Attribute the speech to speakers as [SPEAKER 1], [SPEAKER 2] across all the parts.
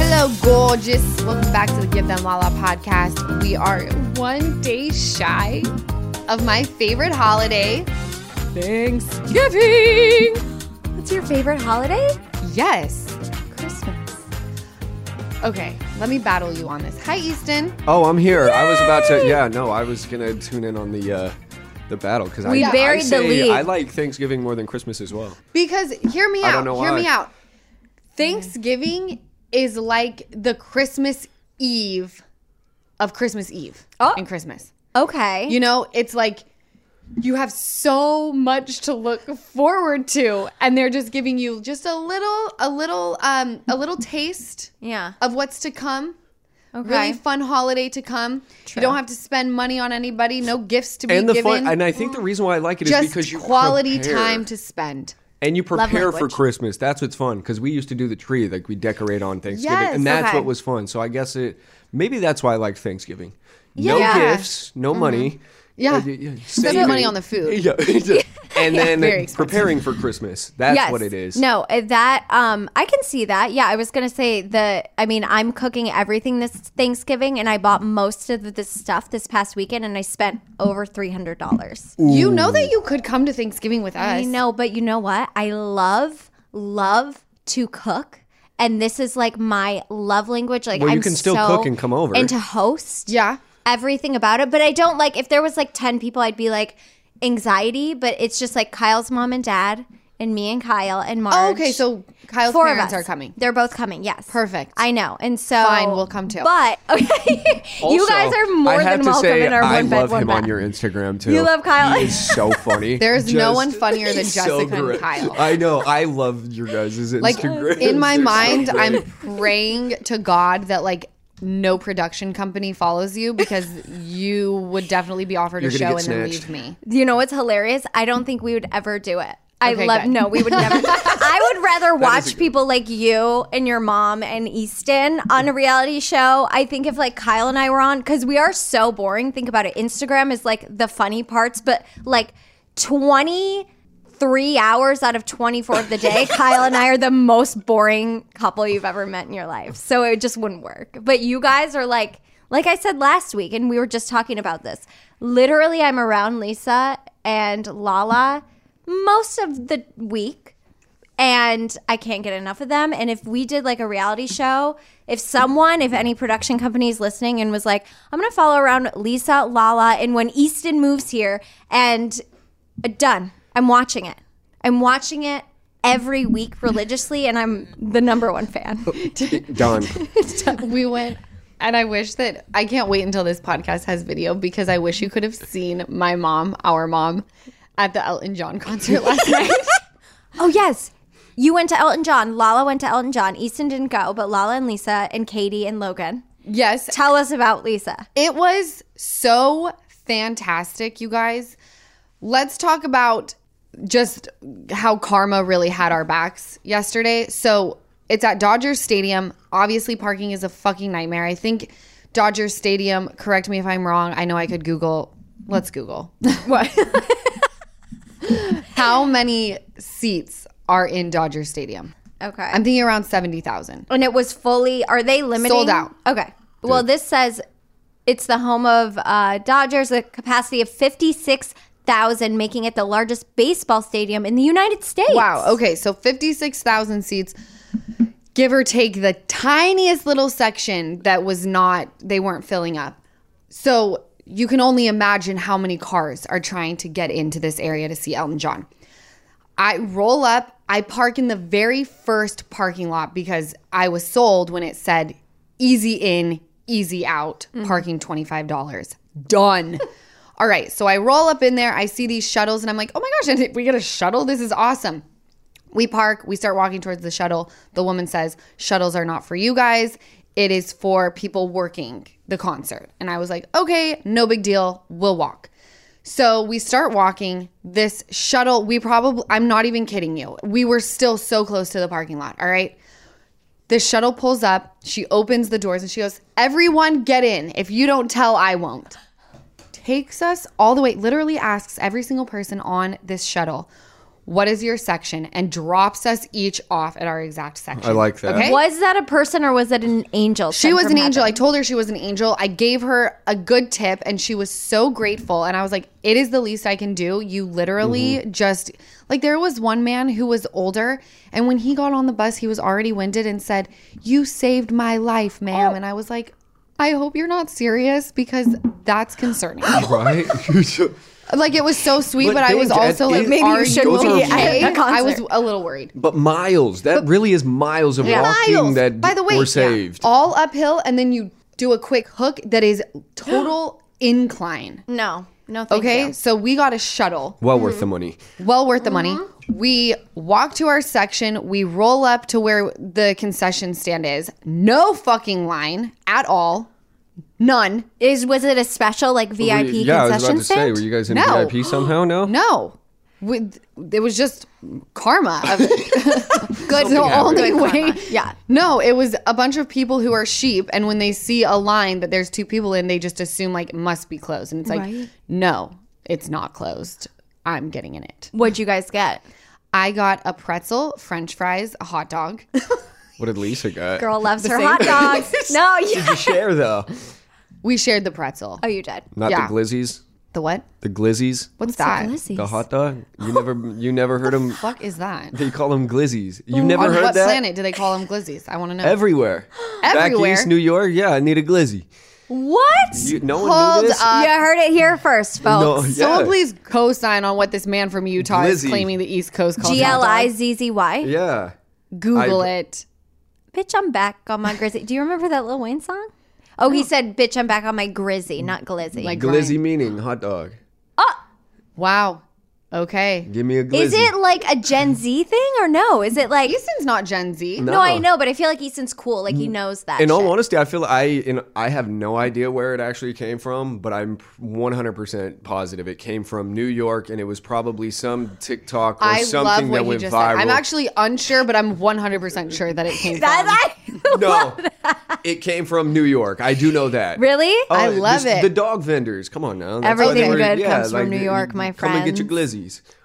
[SPEAKER 1] Hello, gorgeous. Welcome back to the Give Them Lala podcast. We are one day shy of my favorite holiday, Thanksgiving.
[SPEAKER 2] What's your favorite holiday?
[SPEAKER 1] Yes.
[SPEAKER 2] Christmas.
[SPEAKER 1] Okay, let me battle you on this. Hi, Easton.
[SPEAKER 3] Oh, I'm here. I was about to. Yeah, no, I was gonna tune in on the uh, the battle because
[SPEAKER 2] We
[SPEAKER 3] I,
[SPEAKER 2] buried
[SPEAKER 3] I
[SPEAKER 2] the
[SPEAKER 3] say
[SPEAKER 2] lead.
[SPEAKER 3] I like Thanksgiving more than Christmas as well.
[SPEAKER 1] Because hear me
[SPEAKER 3] I
[SPEAKER 1] out.
[SPEAKER 3] don't know
[SPEAKER 1] hear
[SPEAKER 3] why.
[SPEAKER 1] me out. Thanksgiving is like the Christmas Eve of Christmas Eve
[SPEAKER 2] Oh.
[SPEAKER 1] and Christmas.
[SPEAKER 2] Okay.
[SPEAKER 1] You know, it's like you have so much to look forward to and they're just giving you just a little a little um a little taste
[SPEAKER 2] yeah.
[SPEAKER 1] of what's to come.
[SPEAKER 2] Okay.
[SPEAKER 1] Really fun holiday to come. You don't have to spend money on anybody, no gifts to be
[SPEAKER 3] And the
[SPEAKER 1] given.
[SPEAKER 3] fun, and I think the reason why I like it is
[SPEAKER 1] just
[SPEAKER 3] because you
[SPEAKER 1] quality
[SPEAKER 3] prepare.
[SPEAKER 1] time to spend.
[SPEAKER 3] and you prepare for
[SPEAKER 2] language.
[SPEAKER 3] Christmas. That's what's fun because we used to do the tree, like we decorate on Thanksgiving,
[SPEAKER 1] Yes,
[SPEAKER 3] and that's
[SPEAKER 2] okay.
[SPEAKER 3] what was fun. So I guess it maybe that's why I liked Thanksgiving. No
[SPEAKER 1] Yeah. Mm-hmm.
[SPEAKER 3] gifts, no money.
[SPEAKER 1] Yeah.
[SPEAKER 3] Uh, yeah,
[SPEAKER 1] the
[SPEAKER 3] saving.
[SPEAKER 1] money on the food.
[SPEAKER 3] Yeah, and then
[SPEAKER 1] very expensive.
[SPEAKER 3] preparing for Christmas. That's
[SPEAKER 2] yes.
[SPEAKER 3] what it is.
[SPEAKER 2] No, uh, that um I can see that. Yeah, I was going to say the I mean, I'm cooking everything this Thanksgiving and I bought most of the stuff this past weekend and I spent over $300.
[SPEAKER 1] You know that you could come to Thanksgiving with us.
[SPEAKER 2] I know, but you know what? I love love to cook. And this is like my love language. Like
[SPEAKER 3] Well, you
[SPEAKER 2] I'm
[SPEAKER 3] can still
[SPEAKER 2] so
[SPEAKER 3] cook and come over.
[SPEAKER 2] and to host.
[SPEAKER 1] Yeah.
[SPEAKER 2] everything about it. But I don't like if there was like ten people, I'd be like anxiety. But it's just like Kyle's mom and dad and me and Kyle and Marge.
[SPEAKER 1] Oh, okay, so Kyle's
[SPEAKER 2] four
[SPEAKER 1] parents
[SPEAKER 2] of us
[SPEAKER 1] are coming.
[SPEAKER 2] They're both coming. Yes,
[SPEAKER 1] Perfect.
[SPEAKER 2] I know, and so
[SPEAKER 1] Fine, we'll come too.
[SPEAKER 2] But okay, you guys
[SPEAKER 3] Also,
[SPEAKER 2] are more
[SPEAKER 3] I have
[SPEAKER 2] than
[SPEAKER 3] to
[SPEAKER 2] welcome
[SPEAKER 3] say,
[SPEAKER 2] in our one
[SPEAKER 3] I
[SPEAKER 2] bed
[SPEAKER 3] love
[SPEAKER 2] one
[SPEAKER 3] him
[SPEAKER 2] bath.
[SPEAKER 3] on your Instagram too.
[SPEAKER 2] You love Kyle?
[SPEAKER 3] He is so funny.
[SPEAKER 1] There's no
[SPEAKER 3] Just-
[SPEAKER 1] one funnier than
[SPEAKER 3] he's
[SPEAKER 1] Jessica and
[SPEAKER 3] great.
[SPEAKER 1] Kyle.
[SPEAKER 3] I know. I love your guys'
[SPEAKER 1] Like
[SPEAKER 3] Instagram.
[SPEAKER 1] in my
[SPEAKER 3] They're so
[SPEAKER 1] mind,
[SPEAKER 3] great.
[SPEAKER 1] I'm praying to God that like no production company follows you because you would definitely be offered
[SPEAKER 3] You're
[SPEAKER 1] a
[SPEAKER 3] gonna
[SPEAKER 1] show and
[SPEAKER 3] get
[SPEAKER 1] then
[SPEAKER 3] snatched.
[SPEAKER 1] leave me.
[SPEAKER 2] You know what's hilarious? I don't think we would ever do it. I
[SPEAKER 1] Okay,
[SPEAKER 2] love
[SPEAKER 1] good.
[SPEAKER 2] no, we would never. I would rather
[SPEAKER 3] a
[SPEAKER 2] watch
[SPEAKER 3] good-
[SPEAKER 2] people like you and your mom and Easton on a reality show. I think if like Kyle and I were on, because we are so boring. Think about it. Instagram is like the funny parts, but like twenty three hours out of 24 of the day kyle and i are the most boring couple you've ever met in your life so it just wouldn't work but you guys are like like i said last week and we were just talking about this literally i'm around lisa and lala most of the week and I can't get enough of them. And if we did like a reality show, if someone, if any production company is listening and was like, I'm gonna follow around Lisa, Lala, and when Easton moves here, and uh, done. I'm watching it. I'm watching it every week religiously, and I'm the number one fan.
[SPEAKER 3] done.
[SPEAKER 1] We went and I wish that I can't wait until this podcast has video because I wish you could have seen my mom, our mom, at the Elton John concert last night.
[SPEAKER 2] oh yes. You went to Elton John. Lala went to Elton John. Easton didn't go, but Lala and Lisa and Katie and Logan.
[SPEAKER 1] Yes,
[SPEAKER 2] Tell us about Lisa.
[SPEAKER 1] It was so fantastic, you guys. Let's talk about just how karma really had our backs yesterday. So it's at Dodgers Stadium. Obviously, parking is a fucking nightmare. I think Dodgers Stadium, correct me if I'm wrong. I know I could Google. Let's Google. What? how many seats are in Dodger Stadium?
[SPEAKER 2] Okay.
[SPEAKER 1] I'm thinking around 70,000.
[SPEAKER 2] and it was fully are they limited
[SPEAKER 1] Sold out.
[SPEAKER 2] okay well this says it's the home of uh, dodgers a capacity of 56000 making it the largest baseball stadium in the united states
[SPEAKER 1] Wow. Okay. So 56,000 seats, give or take the tiniest little section that was not, they weren't filling up. So you can only imagine how many cars are trying to get into this area to see Elton John. I roll up, I park in the very first parking lot because I was sold when it said easy in, easy out, parking $25. Done. All right, so I roll up in there. I see these shuttles, and I'm like, oh my gosh, we get a shuttle? This is awesome. We park, we start walking towards the shuttle. The woman says, Shuttles are not for you guys. It is for people working the concert. And I was like, Okay, no big deal. We'll walk. So we start walking. This shuttle, we probably, I'm not even kidding you. We were still so close to the parking lot. All right. The shuttle pulls up. She opens the doors and she goes, Everyone get in. If you don't tell, I won't. Takes us all the way, literally asks every single person on this shuttle, What is your section? and drops us each off at our exact section.
[SPEAKER 3] I like that.
[SPEAKER 1] Okay.
[SPEAKER 2] Was that a person or was that an angel?
[SPEAKER 1] She
[SPEAKER 2] sent
[SPEAKER 1] was
[SPEAKER 2] from
[SPEAKER 1] an angel. I
[SPEAKER 2] heaven?
[SPEAKER 1] told her she was an angel. I gave her a good tip and she was so grateful. And I was like, it is the least I can do. You literally just, like, there was one man who was older. And when he got on the bus, he was already winded and said, You saved my life, ma'am. And I was like, I hope you're not serious because that's concerning.
[SPEAKER 3] Right?
[SPEAKER 1] like, it was so sweet, but,
[SPEAKER 3] But
[SPEAKER 1] I
[SPEAKER 3] dang,
[SPEAKER 1] was
[SPEAKER 3] Jen,
[SPEAKER 1] also like,
[SPEAKER 3] it- Maybe you
[SPEAKER 1] "Are
[SPEAKER 3] should
[SPEAKER 1] you
[SPEAKER 3] be
[SPEAKER 1] okay?"
[SPEAKER 2] at the
[SPEAKER 1] I was
[SPEAKER 2] concert.
[SPEAKER 1] a little worried.
[SPEAKER 3] but miles, that really is miles of walking
[SPEAKER 1] miles.
[SPEAKER 3] that
[SPEAKER 1] By the way,
[SPEAKER 3] we're saved.
[SPEAKER 1] yeah, all uphill, and then you do a quick hook that is total incline.
[SPEAKER 2] No, no, thank
[SPEAKER 1] Okay,
[SPEAKER 2] you.
[SPEAKER 1] so we got a shuttle,
[SPEAKER 3] well worth the money.
[SPEAKER 1] well worth the money.
[SPEAKER 3] Mm-hmm.
[SPEAKER 1] We walk to our section, we roll up to where the concession stand is. No fucking line at all, none.
[SPEAKER 2] Is was it a special like VIP
[SPEAKER 3] yeah, I was about
[SPEAKER 2] concession
[SPEAKER 3] to say,
[SPEAKER 2] stand?
[SPEAKER 3] were you guys in
[SPEAKER 1] No.
[SPEAKER 3] VIP somehow? No?
[SPEAKER 1] No. With, it was just karma. Of, Good. The only
[SPEAKER 2] Good
[SPEAKER 1] way.
[SPEAKER 2] karma. Yeah.
[SPEAKER 1] No, it was a bunch of people who are sheep, and when they see a line that there's two people in, they just assume like it must be closed, and it's like,
[SPEAKER 2] Right.
[SPEAKER 1] no, it's not closed. I'm getting in it.
[SPEAKER 2] What'd you guys get?
[SPEAKER 1] I got a pretzel, French fries, a hot dog.
[SPEAKER 3] What did Lisa get?
[SPEAKER 2] Girl loves her
[SPEAKER 1] same
[SPEAKER 2] hot
[SPEAKER 1] thing.
[SPEAKER 2] dogs. no, yeah.
[SPEAKER 3] You share though.
[SPEAKER 1] We shared the pretzel.
[SPEAKER 2] Oh, you did.
[SPEAKER 3] Not
[SPEAKER 1] Yeah.
[SPEAKER 3] the glizzies.
[SPEAKER 1] The what?
[SPEAKER 3] The glizzies.
[SPEAKER 1] What's, that?
[SPEAKER 2] Glizzies.
[SPEAKER 3] The hot dog. You never you never heard them
[SPEAKER 1] fuck is that?
[SPEAKER 3] they call them glizzies. You've never
[SPEAKER 1] On
[SPEAKER 3] heard
[SPEAKER 1] what
[SPEAKER 3] that?
[SPEAKER 1] planet do they call them glizzies? I want to know.
[SPEAKER 3] Everywhere.
[SPEAKER 1] Everywhere?
[SPEAKER 3] Back east, New York. Yeah, I need a glizzy.
[SPEAKER 2] What?
[SPEAKER 3] You, no one
[SPEAKER 1] Hold
[SPEAKER 3] knew this.
[SPEAKER 1] up.
[SPEAKER 2] you heard it here first,
[SPEAKER 3] No,
[SPEAKER 2] folks.
[SPEAKER 1] Someone
[SPEAKER 3] yeah.
[SPEAKER 1] please co-sign on what this man from Utah is
[SPEAKER 3] Glizzy.
[SPEAKER 1] claiming the East Coast calls
[SPEAKER 2] G
[SPEAKER 1] hot
[SPEAKER 2] L
[SPEAKER 1] dogs.
[SPEAKER 2] I Z Z Y.
[SPEAKER 3] Yeah.
[SPEAKER 1] Google
[SPEAKER 3] I-
[SPEAKER 1] it.
[SPEAKER 2] Bitch, I'm back on my grizzy. Do you remember that Lil Wayne song? Oh, he said, "Bitch, I'm back on my grizzy, not glizzy."
[SPEAKER 1] Like
[SPEAKER 3] Glizzy
[SPEAKER 1] Ryan.
[SPEAKER 3] meaning hot dog.
[SPEAKER 1] Wow. Okay.
[SPEAKER 3] Give me a glizzy.
[SPEAKER 2] is it like a Gen Z thing or no? Is it like?
[SPEAKER 1] Easton's not Gen Z.
[SPEAKER 2] No, I know, but I feel like Easton's cool. Like he knows that.
[SPEAKER 3] Mm. In all
[SPEAKER 2] shit.
[SPEAKER 3] honesty, I feel I in, I have no idea where it actually came from, but I'm 100% positive it came from New York, and it was probably some TikTok or
[SPEAKER 1] I love
[SPEAKER 3] something
[SPEAKER 1] what
[SPEAKER 3] that
[SPEAKER 1] he
[SPEAKER 3] went
[SPEAKER 1] just
[SPEAKER 3] viral.
[SPEAKER 1] said. I'm actually unsure, but I'm 100% sure that it came from.
[SPEAKER 2] That I
[SPEAKER 3] no, it came from New York. I do know that.
[SPEAKER 2] really.
[SPEAKER 3] Oh,
[SPEAKER 1] I love
[SPEAKER 3] this-
[SPEAKER 1] it.
[SPEAKER 3] The dog vendors. Come on now. That's why they
[SPEAKER 2] Everything
[SPEAKER 3] were-
[SPEAKER 2] good comes from New
[SPEAKER 3] you-
[SPEAKER 2] York,
[SPEAKER 3] you
[SPEAKER 2] my
[SPEAKER 3] Come and get your
[SPEAKER 2] friends.
[SPEAKER 3] glizzies.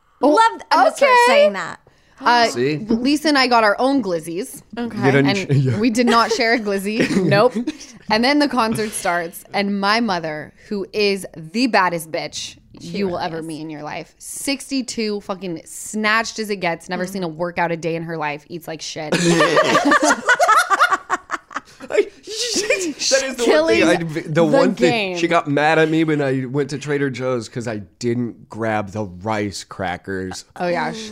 [SPEAKER 2] Loved. I'm gonna start
[SPEAKER 1] okay.
[SPEAKER 2] saying that.
[SPEAKER 1] Uh,
[SPEAKER 3] See?
[SPEAKER 1] Lisa and I got our own glizzies.
[SPEAKER 3] You didn't-
[SPEAKER 1] And
[SPEAKER 3] yeah.
[SPEAKER 1] we did not share a glizzy. nope. And then the concert starts, and my mother, who is the baddest bitch you will ever meet in your life, 62, fucking snatched as it gets, never seen a workout a day in her life, eats like shit.
[SPEAKER 3] that is the
[SPEAKER 1] Killing
[SPEAKER 3] one thing. I, the,
[SPEAKER 1] the game.
[SPEAKER 3] one thing she got mad at me when I went to Trader Joe's because I didn't grab the rice crackers.
[SPEAKER 1] Oh yeah. sh-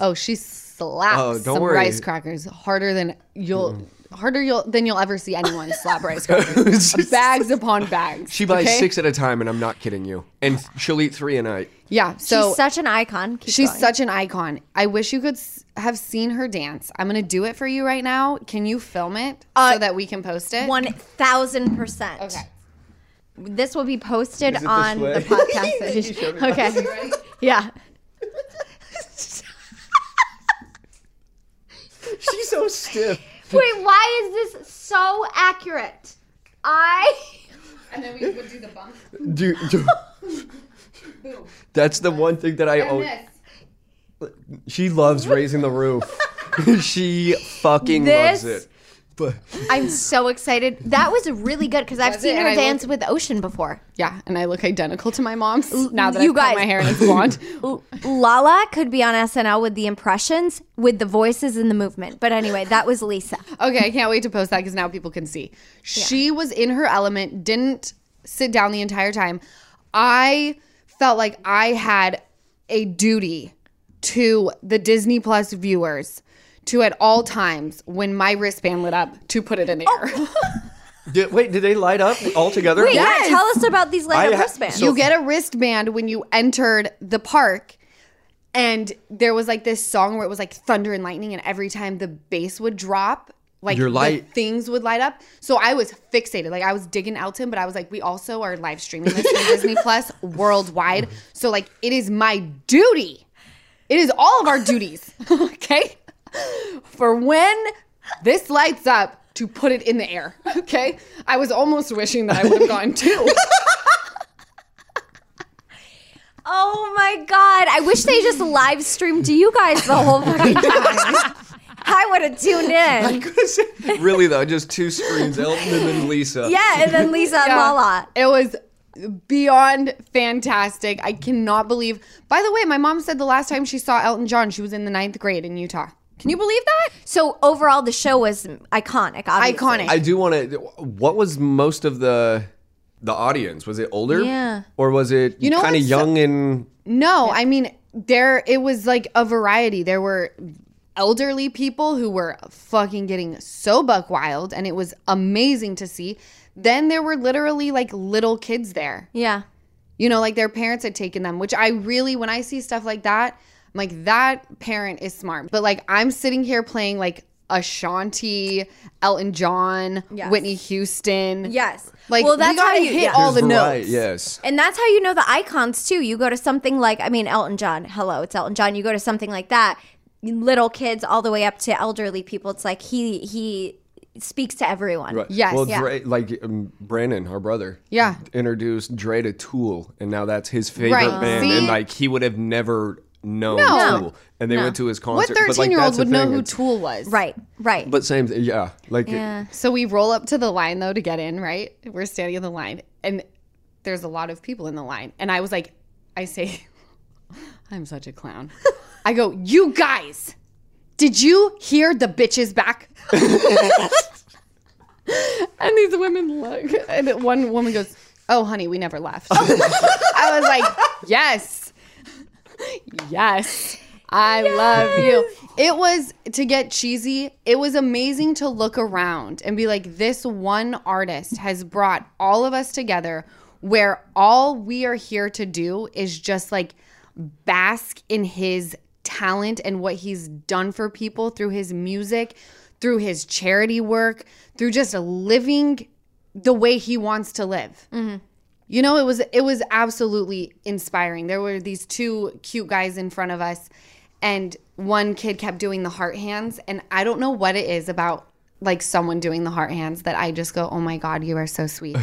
[SPEAKER 1] Oh, she slaps
[SPEAKER 3] Oh, don't
[SPEAKER 1] some
[SPEAKER 3] worry. Mm.
[SPEAKER 1] rice crackers harder than you'll harder you'll than you'll ever see anyone slap rice crackers. bags upon bags.
[SPEAKER 3] she buys
[SPEAKER 1] okay?
[SPEAKER 3] six at a time, and I'm not kidding you. And she'll eat three a night.
[SPEAKER 1] Yeah. So
[SPEAKER 2] she's such an icon. Keep
[SPEAKER 1] she's
[SPEAKER 2] going.
[SPEAKER 1] such an icon. I wish you could s- have seen her dance. I'm gonna do it for you right now. Can you film it so that we can post it?
[SPEAKER 2] Uh, one thousand percent.
[SPEAKER 1] Okay.
[SPEAKER 2] This will be posted
[SPEAKER 3] this
[SPEAKER 2] on
[SPEAKER 3] way?
[SPEAKER 2] the podcast. okay. Yeah.
[SPEAKER 3] She's so stiff.
[SPEAKER 2] Wait, why is this so accurate? I
[SPEAKER 1] And then we would do the bump.
[SPEAKER 3] Dude, dude. that's the one thing that I own. She loves raising the roof. she fucking loves
[SPEAKER 2] This-
[SPEAKER 3] it. But
[SPEAKER 2] I'm so excited. That was really good because I've
[SPEAKER 1] it?
[SPEAKER 2] seen
[SPEAKER 1] And
[SPEAKER 2] her
[SPEAKER 1] I
[SPEAKER 2] dance with Ocean before.
[SPEAKER 1] Yeah, and I look identical to my mom's now that
[SPEAKER 2] you
[SPEAKER 1] I've cut
[SPEAKER 2] guys-
[SPEAKER 1] my hair and it's blonde.
[SPEAKER 2] Lala could be on SNL with the impressions, with the voices and the movement. But anyway, that was Lisa.
[SPEAKER 1] Okay, I can't wait to post that because now people can see. She was in her element, didn't sit down the entire time. I felt like I had a duty to the Disney Plus viewers to at all times when my wristband lit up to put it in the air.
[SPEAKER 3] Did, wait, did they light up all together?
[SPEAKER 2] Wait,
[SPEAKER 1] Yes.
[SPEAKER 2] yeah, tell us about these
[SPEAKER 3] I
[SPEAKER 2] light up
[SPEAKER 3] ha-
[SPEAKER 2] wristbands.
[SPEAKER 3] so-
[SPEAKER 1] you get a wristband when you entered the park and there was like this song where it was like thunder and lightning and every time the bass would drop like
[SPEAKER 3] Your
[SPEAKER 1] the
[SPEAKER 3] light-
[SPEAKER 1] things would light up so i was fixated like i was digging elton but i was like we also are live streaming this on disney plus worldwide so like it is my duty it is all of our duties okay for when this lights up to put it in the air okay i was almost wishing that i would have gone too
[SPEAKER 2] oh my god! I wish they just live streamed you guys the whole fucking time. I would have tuned in.
[SPEAKER 3] really though, just two screens, Elton and then Lisa.
[SPEAKER 2] Yeah, and then Lisa and
[SPEAKER 1] Yeah.
[SPEAKER 2] Lala.
[SPEAKER 1] It was beyond fantastic. I cannot believe. By the way, my mom said the last time she saw Elton John, she was in the ninth grade in Utah.
[SPEAKER 2] Can you believe that? So overall, the show was iconic. Obviously.
[SPEAKER 1] Iconic.
[SPEAKER 3] I do want to. What was most of the the audience? Was it older?
[SPEAKER 2] Yeah.
[SPEAKER 3] Or was it
[SPEAKER 1] know
[SPEAKER 3] kind of
[SPEAKER 1] what's-
[SPEAKER 3] young and
[SPEAKER 1] No, I mean there. It was like a variety. There were elderly people who were fucking getting so buck wild, and it was amazing to see. Then there were literally like little kids there.
[SPEAKER 2] Yeah.
[SPEAKER 1] You know, like their parents had taken them, which I really, when I see stuff like that, I'm like, that parent is smart. But like, I'm sitting here playing like Ashanti, Elton John,
[SPEAKER 2] Yes.
[SPEAKER 1] Whitney Houston.
[SPEAKER 2] Yes.
[SPEAKER 1] Like,
[SPEAKER 2] Well,
[SPEAKER 1] we
[SPEAKER 2] that's
[SPEAKER 1] gotta
[SPEAKER 2] how you-
[SPEAKER 1] hit
[SPEAKER 2] yeah.
[SPEAKER 1] all the
[SPEAKER 3] There's
[SPEAKER 1] notes.
[SPEAKER 3] vari- Yes.
[SPEAKER 2] And that's how you know the icons too. You go to something like, I mean, Elton John. Hello, it's Elton John. You go to something like that, little kids all the way up to elderly people. It's like he he speaks to everyone.
[SPEAKER 3] Right.
[SPEAKER 1] Yes,
[SPEAKER 3] Well,
[SPEAKER 1] yeah.
[SPEAKER 3] Dre, like um, Brandon, our brother,
[SPEAKER 1] Yeah.
[SPEAKER 3] introduced Dre to Tool, and now that's his favorite
[SPEAKER 1] Right.
[SPEAKER 3] band,
[SPEAKER 1] See?
[SPEAKER 3] and like he would have never known
[SPEAKER 1] No.
[SPEAKER 3] Tool, and they went to his
[SPEAKER 1] What
[SPEAKER 3] concert. but,
[SPEAKER 1] 13
[SPEAKER 3] like,
[SPEAKER 1] year
[SPEAKER 3] that's
[SPEAKER 1] old
[SPEAKER 3] the
[SPEAKER 1] would know
[SPEAKER 3] thing,
[SPEAKER 1] who
[SPEAKER 3] it's-
[SPEAKER 1] Tool was?
[SPEAKER 2] Right. Right.
[SPEAKER 3] But same, thing, yeah, like
[SPEAKER 2] yeah.
[SPEAKER 1] So we roll up to the line though to get in, right? We're standing in the line and there's a lot of people in the line. And I was like, I say, I'm such a clown. I go, you guys, did you hear the bitches back? and these women look. And one woman goes, oh, honey, we never left. I was like, yes. Yes. I love you. It was to get cheesy. It was amazing to look around and be like, this one artist has brought all of us together where all we are here to do is just like bask in his talent and what he's done for people through his music, through his charity work, through just living the way he wants to live. You know, it was it was absolutely inspiring. There were these two cute guys in front of us, and one kid kept doing the heart hands, and I don't know what it is about like someone doing the heart hands that I just go, "Oh my god, you are so sweet."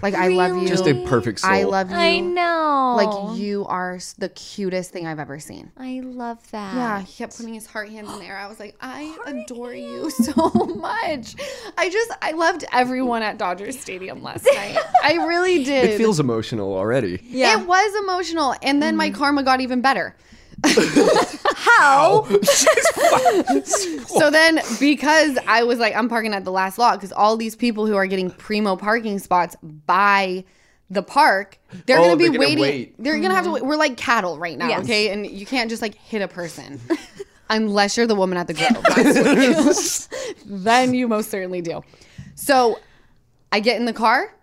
[SPEAKER 1] like I love you.
[SPEAKER 3] just a perfect soul.
[SPEAKER 1] I love you.
[SPEAKER 2] I know.
[SPEAKER 1] Like you are s- the cutest thing I've ever seen.
[SPEAKER 2] I love that.
[SPEAKER 1] Yeah, he kept putting his heart hands in the air. I was like, I adore you so much. I just, I loved everyone at Dodger Stadium last night. I really did.
[SPEAKER 3] It feels emotional already.
[SPEAKER 2] Yeah.
[SPEAKER 1] It was emotional. And then
[SPEAKER 3] Mm.
[SPEAKER 1] my karma got even better.
[SPEAKER 2] How?
[SPEAKER 1] So then, because I was like, I'm parking at the last lot, because all these people who are getting primo parking spots by the park, they're
[SPEAKER 3] Oh,
[SPEAKER 1] going to
[SPEAKER 3] they're
[SPEAKER 1] be
[SPEAKER 3] gonna
[SPEAKER 1] waiting.
[SPEAKER 3] wait.
[SPEAKER 1] They're going to have to wait. We're like cattle right now,
[SPEAKER 2] Yes.
[SPEAKER 1] okay? And you can't just like hit a person. Unless you're the woman at the grill. That's what you- then you most certainly do. So I get in the car,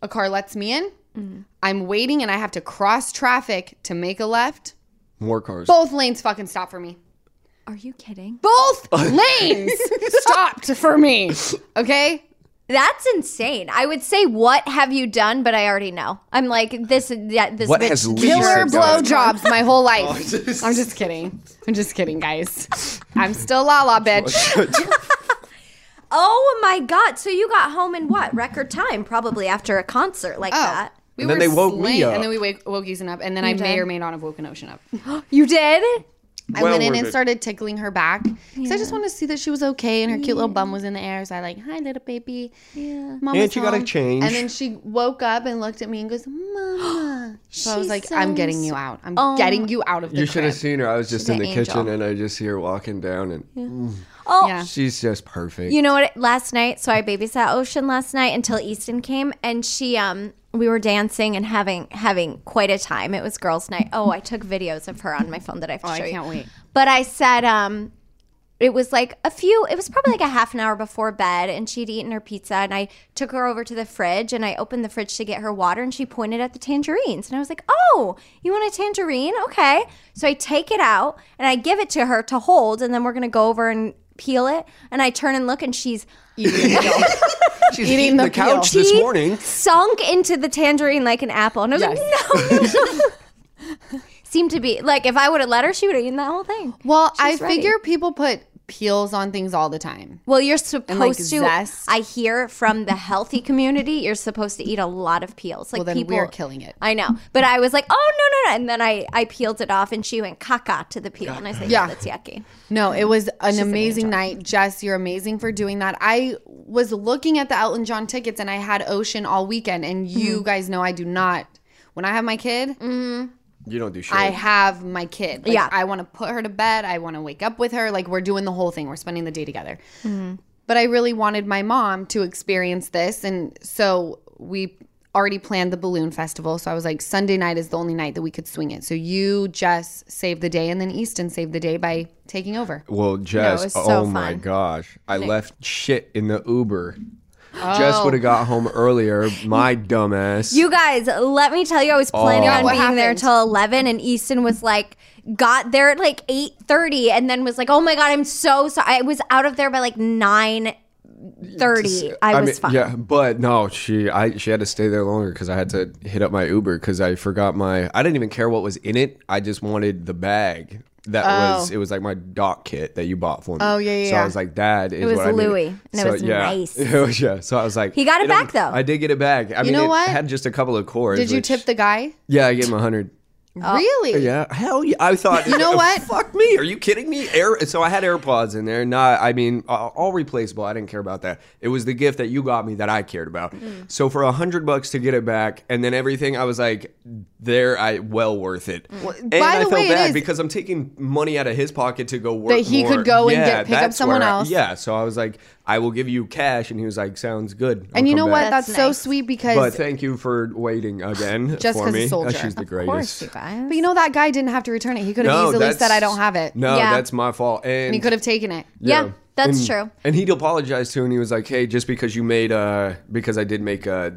[SPEAKER 1] a car lets me in. I'm waiting and I have to cross traffic to make a left.
[SPEAKER 3] More cars.
[SPEAKER 1] Both lanes fucking stop for me
[SPEAKER 2] Are you kidding?
[SPEAKER 1] both lanes stopped for me. Okay?
[SPEAKER 2] That's insane. I would say, what have you done? But I already know. I'm like this. Yeah, this
[SPEAKER 3] What
[SPEAKER 2] bitch
[SPEAKER 3] has Lisa
[SPEAKER 1] Killer
[SPEAKER 3] Listen, guys.
[SPEAKER 1] blowjobs my whole life. I'm just kidding. I'm just kidding, guys. I'm still Lala, bitch.
[SPEAKER 2] Oh my god! So you got home in what record time? Probably after a concert like that.
[SPEAKER 1] We
[SPEAKER 3] And then they woke me up.
[SPEAKER 1] And then we wake, woke Ethan up. And then I may
[SPEAKER 2] did?
[SPEAKER 1] or may not have woken Ocean up.
[SPEAKER 2] You did.
[SPEAKER 1] I went in and started tickling her back. Because I just wanted to see that she was okay and her cute little bum was in the air. So I like, hi, little baby. Yeah. Mama's
[SPEAKER 3] And she gotta
[SPEAKER 1] home."
[SPEAKER 3] change.
[SPEAKER 1] And then she woke up and looked at me and goes, Mama. So I was
[SPEAKER 2] She
[SPEAKER 1] like, I'm getting
[SPEAKER 2] sounds-
[SPEAKER 1] you out. I'm getting you out of the
[SPEAKER 3] you should
[SPEAKER 1] crib."
[SPEAKER 3] have seen her. I was just in
[SPEAKER 2] an
[SPEAKER 3] the
[SPEAKER 2] angel.
[SPEAKER 3] kitchen, and I just see her walking down, and
[SPEAKER 2] Oh,
[SPEAKER 1] Yeah.
[SPEAKER 3] she's just perfect.
[SPEAKER 2] you know what? Last night, so I babysat Ocean last night until Easton came, and she um we were dancing and having having quite a time. It was girls' night. Oh, I took videos of her on my phone that I have to
[SPEAKER 1] Oh,
[SPEAKER 2] show
[SPEAKER 1] I
[SPEAKER 2] you.
[SPEAKER 1] can't wait.
[SPEAKER 2] But I said um it was like a few it was probably like a half an hour before bed and she'd eaten her pizza and i took her over to the fridge and i opened the fridge to get her water and she pointed at the tangerines and i was like oh you want a tangerine okay so i take it out and i give it to her to hold and then we're gonna go over and peel it and i turn and look and she's
[SPEAKER 3] She's
[SPEAKER 1] Eating
[SPEAKER 3] eating
[SPEAKER 1] the
[SPEAKER 3] the couch
[SPEAKER 1] peel.
[SPEAKER 3] this
[SPEAKER 2] teeth
[SPEAKER 3] morning.
[SPEAKER 2] sunk into the tangerine like an apple and i was like no, no, no." seemed to be like if i would have let her she would have eaten that whole thing
[SPEAKER 1] Well, I
[SPEAKER 2] She's ready.
[SPEAKER 1] figure people put peels on things all the time.
[SPEAKER 2] Well, you're supposed
[SPEAKER 1] like,
[SPEAKER 2] to.
[SPEAKER 1] zest.
[SPEAKER 2] I hear from the healthy community, you're supposed to eat a lot of peels. Like
[SPEAKER 1] Well, then
[SPEAKER 2] people
[SPEAKER 1] we're killing it.
[SPEAKER 2] I know, but I was like, oh no, no, no, and then I I peeled it off, and she went caca to the peel, and I said, yeah,
[SPEAKER 1] Yeah.
[SPEAKER 2] that's yucky.
[SPEAKER 1] No, it was an amazing night. Jess, you're amazing for doing that. I was looking at the Elton John tickets and I had Ocean all weekend. And you guys know I do not. When I have my kid,
[SPEAKER 3] You don't do shit.
[SPEAKER 1] I have my kid. Like,
[SPEAKER 2] Yeah.
[SPEAKER 1] I want to put her to bed. I want to wake up with her. Like, we're doing the whole thing. We're spending the day together. But I really wanted my mom to experience this. And so we already planned the balloon festival. So I was like, Sunday night is the only night that we could swing it. So you, Jess, saved the day. And then Easton saved the day by taking over.
[SPEAKER 3] Well, Jess,
[SPEAKER 2] was so
[SPEAKER 3] oh my
[SPEAKER 2] fun.
[SPEAKER 3] gosh. I left shit in the Uber. Jess would have got home earlier. My dumbass.
[SPEAKER 2] Oh. You guys, let me tell you, I was planning
[SPEAKER 3] Oh.
[SPEAKER 2] on
[SPEAKER 1] What
[SPEAKER 2] being there
[SPEAKER 1] happened?
[SPEAKER 2] till eleven, and Easton was like, got there at like eight thirty, and then was like, oh my god, I'm so sorry. I was out of there by like nine thirty. I was fine.
[SPEAKER 3] Yeah, but no, she I she had to stay there longer because I had to hit up my Uber because I forgot my. I didn't even care what was in it. I just wanted the bag that
[SPEAKER 2] Oh.
[SPEAKER 3] was. It was like my doc kit that you bought for me. Oh
[SPEAKER 1] yeah, yeah,
[SPEAKER 3] So
[SPEAKER 1] yeah.
[SPEAKER 3] I was like, that is. It
[SPEAKER 2] was
[SPEAKER 3] what I needed."
[SPEAKER 2] Louis, and it was
[SPEAKER 3] yeah.
[SPEAKER 2] nice.
[SPEAKER 3] It was- yeah. So I was like,
[SPEAKER 2] He got it
[SPEAKER 3] you know,
[SPEAKER 2] back, though.
[SPEAKER 3] I did get it back. I mean,
[SPEAKER 1] know
[SPEAKER 3] it
[SPEAKER 1] what?
[SPEAKER 3] had just a couple of cores.
[SPEAKER 1] Did you
[SPEAKER 3] which-
[SPEAKER 1] tip the guy?
[SPEAKER 3] Yeah, I gave him a hundred.
[SPEAKER 2] Oh.
[SPEAKER 1] really?
[SPEAKER 3] Yeah, hell yeah. I thought, you
[SPEAKER 1] know what?
[SPEAKER 3] Fuck me. Are you kidding me? Air. So I had AirPods in there. Not, I mean, all all replaceable. I didn't care about that. It was the gift that you got me that I cared about.
[SPEAKER 1] Mm.
[SPEAKER 3] So for a hundred bucks to get it back and then everything, I was like, there, I well worth it.
[SPEAKER 1] Mm.
[SPEAKER 3] and
[SPEAKER 1] by
[SPEAKER 3] I
[SPEAKER 1] the
[SPEAKER 3] felt
[SPEAKER 1] way, it
[SPEAKER 3] bad
[SPEAKER 1] is-
[SPEAKER 3] because I'm taking money out of his pocket to go work.
[SPEAKER 1] That he could
[SPEAKER 3] more.
[SPEAKER 1] go and
[SPEAKER 3] Yeah,
[SPEAKER 1] get- pick up
[SPEAKER 3] that's
[SPEAKER 1] someone
[SPEAKER 3] where I-
[SPEAKER 1] else.
[SPEAKER 3] yeah. So I was like, I will give you cash, and he was like, sounds good. I'll
[SPEAKER 1] And you
[SPEAKER 3] come
[SPEAKER 1] know what?
[SPEAKER 3] back.
[SPEAKER 1] That's,
[SPEAKER 2] That's
[SPEAKER 1] so
[SPEAKER 2] nice.
[SPEAKER 1] sweet because.
[SPEAKER 3] But
[SPEAKER 1] But,
[SPEAKER 3] thank you for waiting again
[SPEAKER 1] Just
[SPEAKER 3] for
[SPEAKER 1] 'cause
[SPEAKER 3] me. Oh,
[SPEAKER 1] it's Soldier.
[SPEAKER 3] She's the
[SPEAKER 2] of
[SPEAKER 3] greatest.
[SPEAKER 2] course, you guys.
[SPEAKER 1] you know that guy didn't have to return it. He could have easily
[SPEAKER 3] that's-
[SPEAKER 1] said, "I don't have it."
[SPEAKER 3] No,
[SPEAKER 2] Yeah.
[SPEAKER 3] that's my fault. And
[SPEAKER 1] and he could have taken it.
[SPEAKER 2] Yeah, that's
[SPEAKER 3] And-
[SPEAKER 2] true.
[SPEAKER 3] Mm. And he'd apologize to, and he was like, "Hey, just because you made uh because I did make a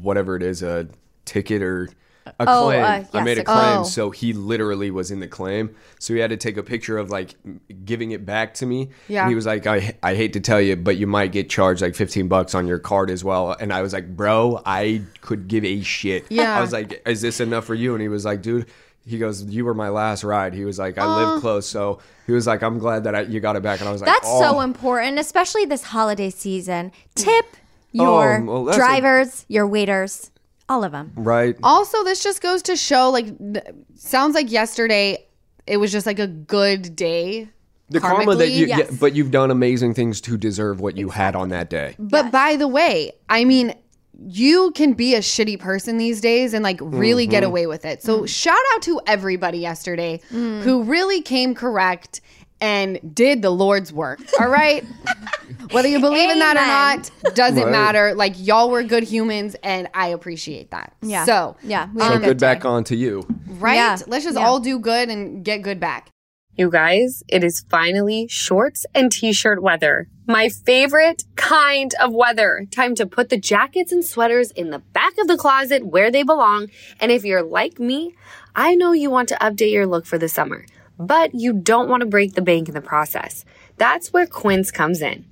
[SPEAKER 3] whatever it is a ticket or a
[SPEAKER 2] Oh,
[SPEAKER 3] claim.
[SPEAKER 2] uh,
[SPEAKER 3] I
[SPEAKER 2] yes,
[SPEAKER 3] made
[SPEAKER 2] a
[SPEAKER 3] a claim,
[SPEAKER 1] claim.
[SPEAKER 3] so he literally was in the claim. So he had to take a picture of like m- giving it back to me.
[SPEAKER 1] Yeah.
[SPEAKER 3] And he was like, I I hate to tell you, but you might get charged like fifteen bucks on your card as well. And I was like, Bro, I could give a shit.
[SPEAKER 1] Yeah.
[SPEAKER 3] I was like, Is this enough for you? And he was like, Dude. He goes, You were my last ride. He was like, I live close. So he was like, I'm glad that I, you got it back. And I was like,
[SPEAKER 2] Uh. That's
[SPEAKER 3] "Oh."
[SPEAKER 2] so important, especially this holiday season. Tip your
[SPEAKER 3] Oh, well, that's a-
[SPEAKER 2] drivers, your waiters, all of them.
[SPEAKER 3] Right.
[SPEAKER 1] Also, this just goes to show, like, th- sounds like yesterday it was just like a good day.
[SPEAKER 3] the karma that
[SPEAKER 1] karmically,
[SPEAKER 3] you,
[SPEAKER 2] yes.
[SPEAKER 3] yeah, but you've done amazing things to deserve what you had on that day.
[SPEAKER 1] But by the way, I mean, you can be a shitty person these days and like really get away with it.
[SPEAKER 4] Mm-hmm.
[SPEAKER 1] So shout out to everybody yesterday
[SPEAKER 4] Mm.
[SPEAKER 1] who really came correct and did the Lord's work. All right. Whether you believe in that
[SPEAKER 2] Amen.
[SPEAKER 1] or not doesn't
[SPEAKER 3] Right.
[SPEAKER 1] matter. Like y'all were good humans and I appreciate that.
[SPEAKER 2] Yeah.
[SPEAKER 1] So,
[SPEAKER 2] Yeah, Oh we
[SPEAKER 3] So
[SPEAKER 2] had a
[SPEAKER 3] good back on to you.
[SPEAKER 1] right?
[SPEAKER 2] Yeah.
[SPEAKER 1] Let's just
[SPEAKER 2] Yeah.
[SPEAKER 1] all do good and get good back.
[SPEAKER 4] You guys, it is finally shorts and t shirt weather. My favorite kind of weather. Time to put the jackets and sweaters in the back of the closet where they belong. And if you're like me, I know you want to update your look for the summer, but you don't want to break the bank in the process. That's where Quince comes in.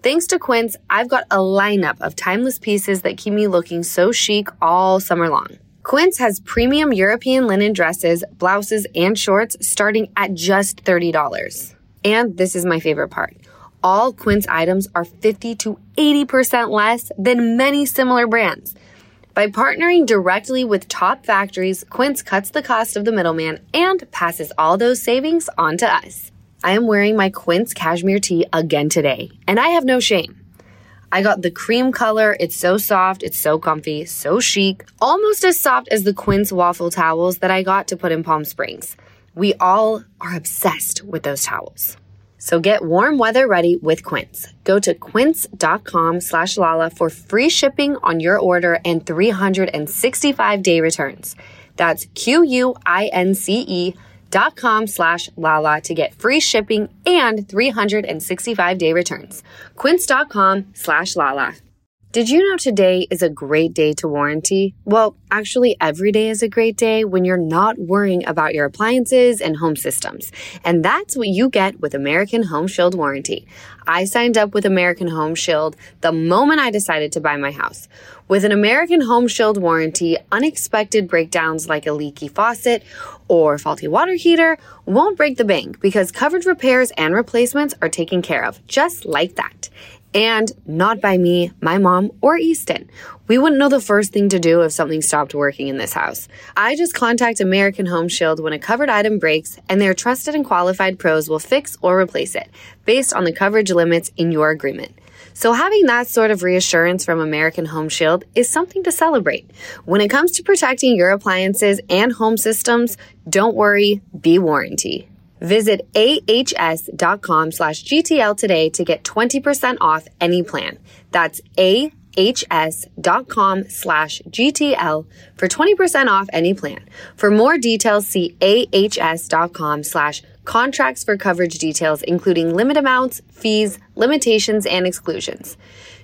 [SPEAKER 4] Thanks to Quince, I've got a lineup of timeless pieces that keep me looking so chic all summer long. Quince has premium European linen dresses, blouses, and shorts starting at just $30. And this is my favorite part. All Quince items are 50 to 80% less than many similar brands. By partnering directly with top factories, Quince cuts the cost of the middleman and passes all those savings on to us. I am wearing my Quince cashmere tee again today, and I have no shame. I got the cream color. It's so soft, it's so comfy, so chic, almost as soft as the Quince waffle towels that I got to put in Palm Springs. We all are obsessed with those towels. So get warm weather ready with Quince. Go to quince.com slash Lala for free shipping on your order and 365 day returns. That's Q-U-I-N-C-E quince.com E slash lala to get free shipping and 365 day returns. quince.com slash lala. Did you know today is a great day to warranty? Well, actually, every day is a great day when you're not worrying about your appliances and home systems. And that's what you get with American Home Shield Warranty. I signed up with American Home Shield the moment I decided to buy my house. With an American Home Shield warranty, unexpected breakdowns like a leaky faucet or faulty water heater won't break the bank because covered repairs and replacements are taken care of just like that and not by me, my mom, or Easton. We wouldn't know the first thing to do if something stopped working in this house. I just contact American Home Shield when a covered item breaks, and their trusted and qualified pros will fix or replace it based on the coverage limits in your agreement. So having that sort of reassurance from American Home Shield is something to celebrate. When it comes to protecting your appliances and home systems, don't worry, be warranty. Visit ahs.com slash GTL today to get 20% off any plan. That's ahs.com slash GTL for 20% off any plan. For more details, see ahs.com slash contracts for coverage details, including limit amounts, fees, limitations, and exclusions.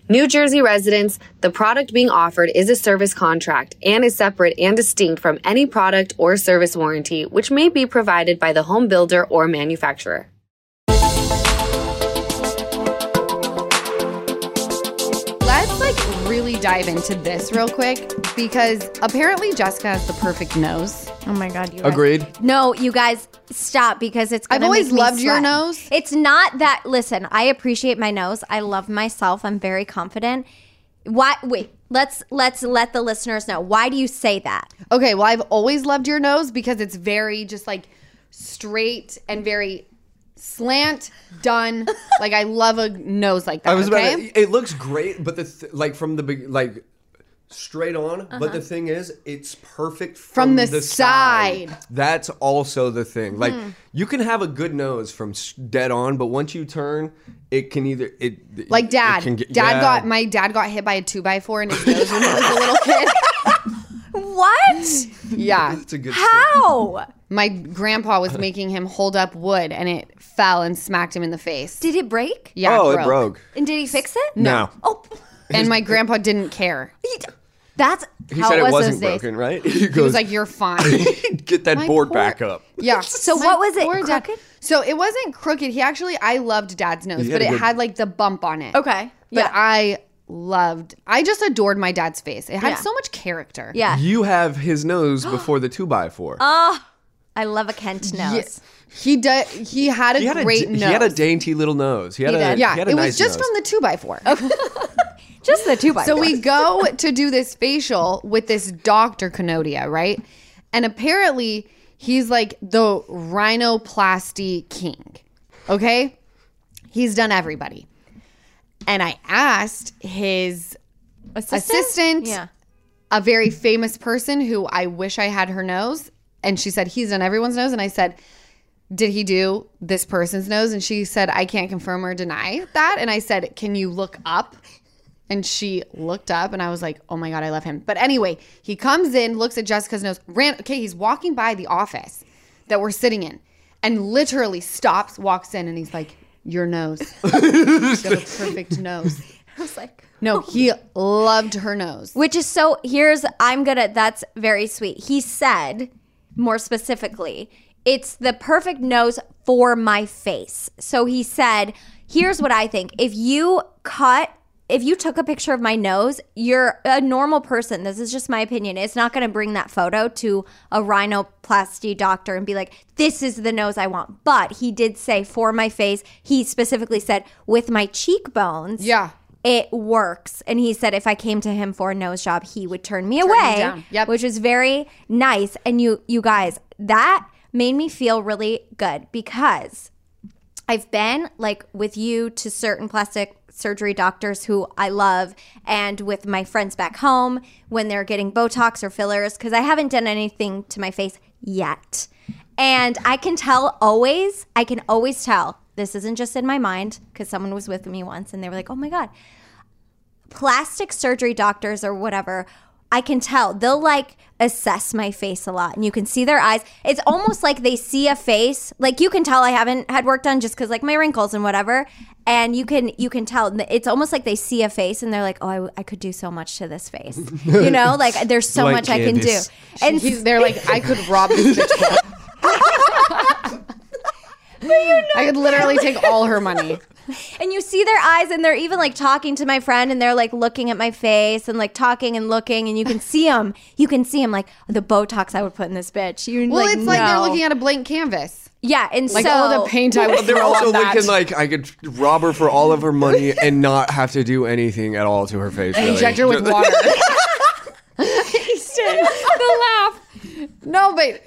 [SPEAKER 4] New Jersey residents, the product being offered is a service contract and is separate and distinct from any product or service warranty which may be provided by the home builder or manufacturer.
[SPEAKER 1] Let's like really dive into this real quick because apparently Jessica has the perfect nose.
[SPEAKER 2] Oh my god, you guys-
[SPEAKER 3] Agreed.
[SPEAKER 2] No, you guys stop because it's.
[SPEAKER 1] I've
[SPEAKER 2] gonna
[SPEAKER 1] always
[SPEAKER 2] make me
[SPEAKER 1] loved your
[SPEAKER 2] sweat.
[SPEAKER 1] nose.
[SPEAKER 2] It's not that. Listen, I appreciate my nose. I love myself. I'm very confident. Why? Wait. Let's let's let the listeners know. Why do you say that?
[SPEAKER 1] Okay, well, I've always loved your nose because it's very just like straight and very slant, done. like I love a nose like that.
[SPEAKER 3] I was about
[SPEAKER 1] okay?
[SPEAKER 3] to, e- it looks great, but the th- like from the big like straight on. But the thing is, it's perfect from,
[SPEAKER 1] Uh-huh. the side. Hmm.
[SPEAKER 3] That's also the thing. Like you can have a good nose from s- dead on, but once you turn, it can either it
[SPEAKER 1] like dad.
[SPEAKER 3] it can get-
[SPEAKER 1] dad
[SPEAKER 3] yeah.
[SPEAKER 1] got my dad got hit by a two by four in his nose when he was a little kid.
[SPEAKER 2] What?
[SPEAKER 1] Yeah,
[SPEAKER 3] That's a good.
[SPEAKER 2] How
[SPEAKER 1] my grandpa was making him hold up wood, and it fell and smacked him in the face.
[SPEAKER 2] did it break?
[SPEAKER 1] Yeah,
[SPEAKER 3] oh, it broke.
[SPEAKER 2] And did he fix it?
[SPEAKER 3] No.
[SPEAKER 2] Oh,
[SPEAKER 1] And my grandpa didn't care.
[SPEAKER 2] he- that's
[SPEAKER 3] He
[SPEAKER 2] how
[SPEAKER 3] said
[SPEAKER 2] it
[SPEAKER 3] it
[SPEAKER 2] was
[SPEAKER 3] wasn't
[SPEAKER 2] those days.
[SPEAKER 3] broken, right? He goes
[SPEAKER 1] He was like, "You're fine."
[SPEAKER 3] get that
[SPEAKER 1] My
[SPEAKER 3] board
[SPEAKER 1] poor-
[SPEAKER 3] back up.
[SPEAKER 1] Yeah.
[SPEAKER 2] So what was it,
[SPEAKER 1] poor dad-
[SPEAKER 2] crooked?
[SPEAKER 1] So it wasn't crooked. He actually, I loved dad's nose,
[SPEAKER 3] He had
[SPEAKER 1] but
[SPEAKER 3] a
[SPEAKER 1] it
[SPEAKER 3] good-
[SPEAKER 1] had like the bump on it.
[SPEAKER 2] Okay.
[SPEAKER 1] But
[SPEAKER 2] Yeah.
[SPEAKER 1] I loved, I just adored my dad's face. It had
[SPEAKER 2] Yeah.
[SPEAKER 1] so much character.
[SPEAKER 2] Yeah.
[SPEAKER 3] You have his nose before the two by four. Oh,
[SPEAKER 2] I love a Kent
[SPEAKER 1] He,
[SPEAKER 2] nose.
[SPEAKER 1] he did. He had a
[SPEAKER 3] he had a,
[SPEAKER 1] great
[SPEAKER 3] da-
[SPEAKER 1] nose.
[SPEAKER 3] he had a dainty little nose. He had
[SPEAKER 2] He
[SPEAKER 3] a
[SPEAKER 2] did.
[SPEAKER 1] yeah,
[SPEAKER 3] He had a
[SPEAKER 1] it
[SPEAKER 3] nice
[SPEAKER 1] was just
[SPEAKER 3] nose.
[SPEAKER 1] from the two by four.
[SPEAKER 2] Just the two by.
[SPEAKER 1] So we go to do this facial with this Dr. Canodia, right? And apparently he's like the rhinoplasty king. Okay? He's done everybody. And I asked his assistant,
[SPEAKER 2] Yeah.
[SPEAKER 1] a very famous person who I wish I had her nose, and she said he's done everyone's nose and I said did he do this person's nose? And she said, I can't confirm or deny that. And I said, Can you look up? And she looked up and I was like, Oh my God, I love him. But anyway, he comes in, looks at Jessica's nose, ran. Okay, he's walking by the office that we're sitting in and literally stops, walks in, and he's like, Your nose. you have a perfect nose.
[SPEAKER 2] I was like.
[SPEAKER 1] No, he loved her nose.
[SPEAKER 2] Which is so here's I'm gonna that's very sweet. He said more specifically, it's the perfect nose for my face. So he said, here's what I think. If you cut if you took a picture of my nose, you're a normal person. This is just my opinion. It's not going to bring that photo to a rhinoplasty doctor and be like, this is the nose I want. But he did say for my face, he specifically said with my cheekbones
[SPEAKER 1] Yeah.
[SPEAKER 2] it works. And he said if I came to him for a nose job, he would turn me away,
[SPEAKER 1] down. Yep.
[SPEAKER 2] which was very nice. And you, you guys, that made me feel really good because I've been like with you to certain plastic surgery doctors who I love and with my friends back home when they're getting Botox or fillers because I haven't done anything to my face yet. And I can tell always, I can always tell this isn't just in my mind because someone was with me once and they were like, oh my God, plastic surgery doctors or whatever. I can tell. They'll like assess my face a lot and you can see their eyes. It's almost like they see a face. Like you can tell I haven't had work done just cuz like my wrinkles and whatever. And you can you can tell it's almost like they see a face and they're like, "Oh, I, w- I could do so much to this face." You know, like there's so
[SPEAKER 3] Like
[SPEAKER 2] much I can do.
[SPEAKER 3] Candace.
[SPEAKER 2] And
[SPEAKER 1] He's, they're like, I could rob this bitch. blind." I could literally take all her money.
[SPEAKER 2] and you see their eyes and they're even like talking to my friend and they're like looking at my face and like talking and looking and you can see them you can see them like the botox i would put in this bitch you
[SPEAKER 1] Well, it's like they're
[SPEAKER 2] know.
[SPEAKER 1] looking at a blank canvas.
[SPEAKER 2] yeah and
[SPEAKER 1] Like
[SPEAKER 2] so
[SPEAKER 1] all the paint I would
[SPEAKER 3] They're
[SPEAKER 1] throw
[SPEAKER 3] also
[SPEAKER 1] on that.
[SPEAKER 3] looking like I could rob her for all of her money and not have to do anything at all to her face. Really.
[SPEAKER 1] inject her with water. the laugh. No, but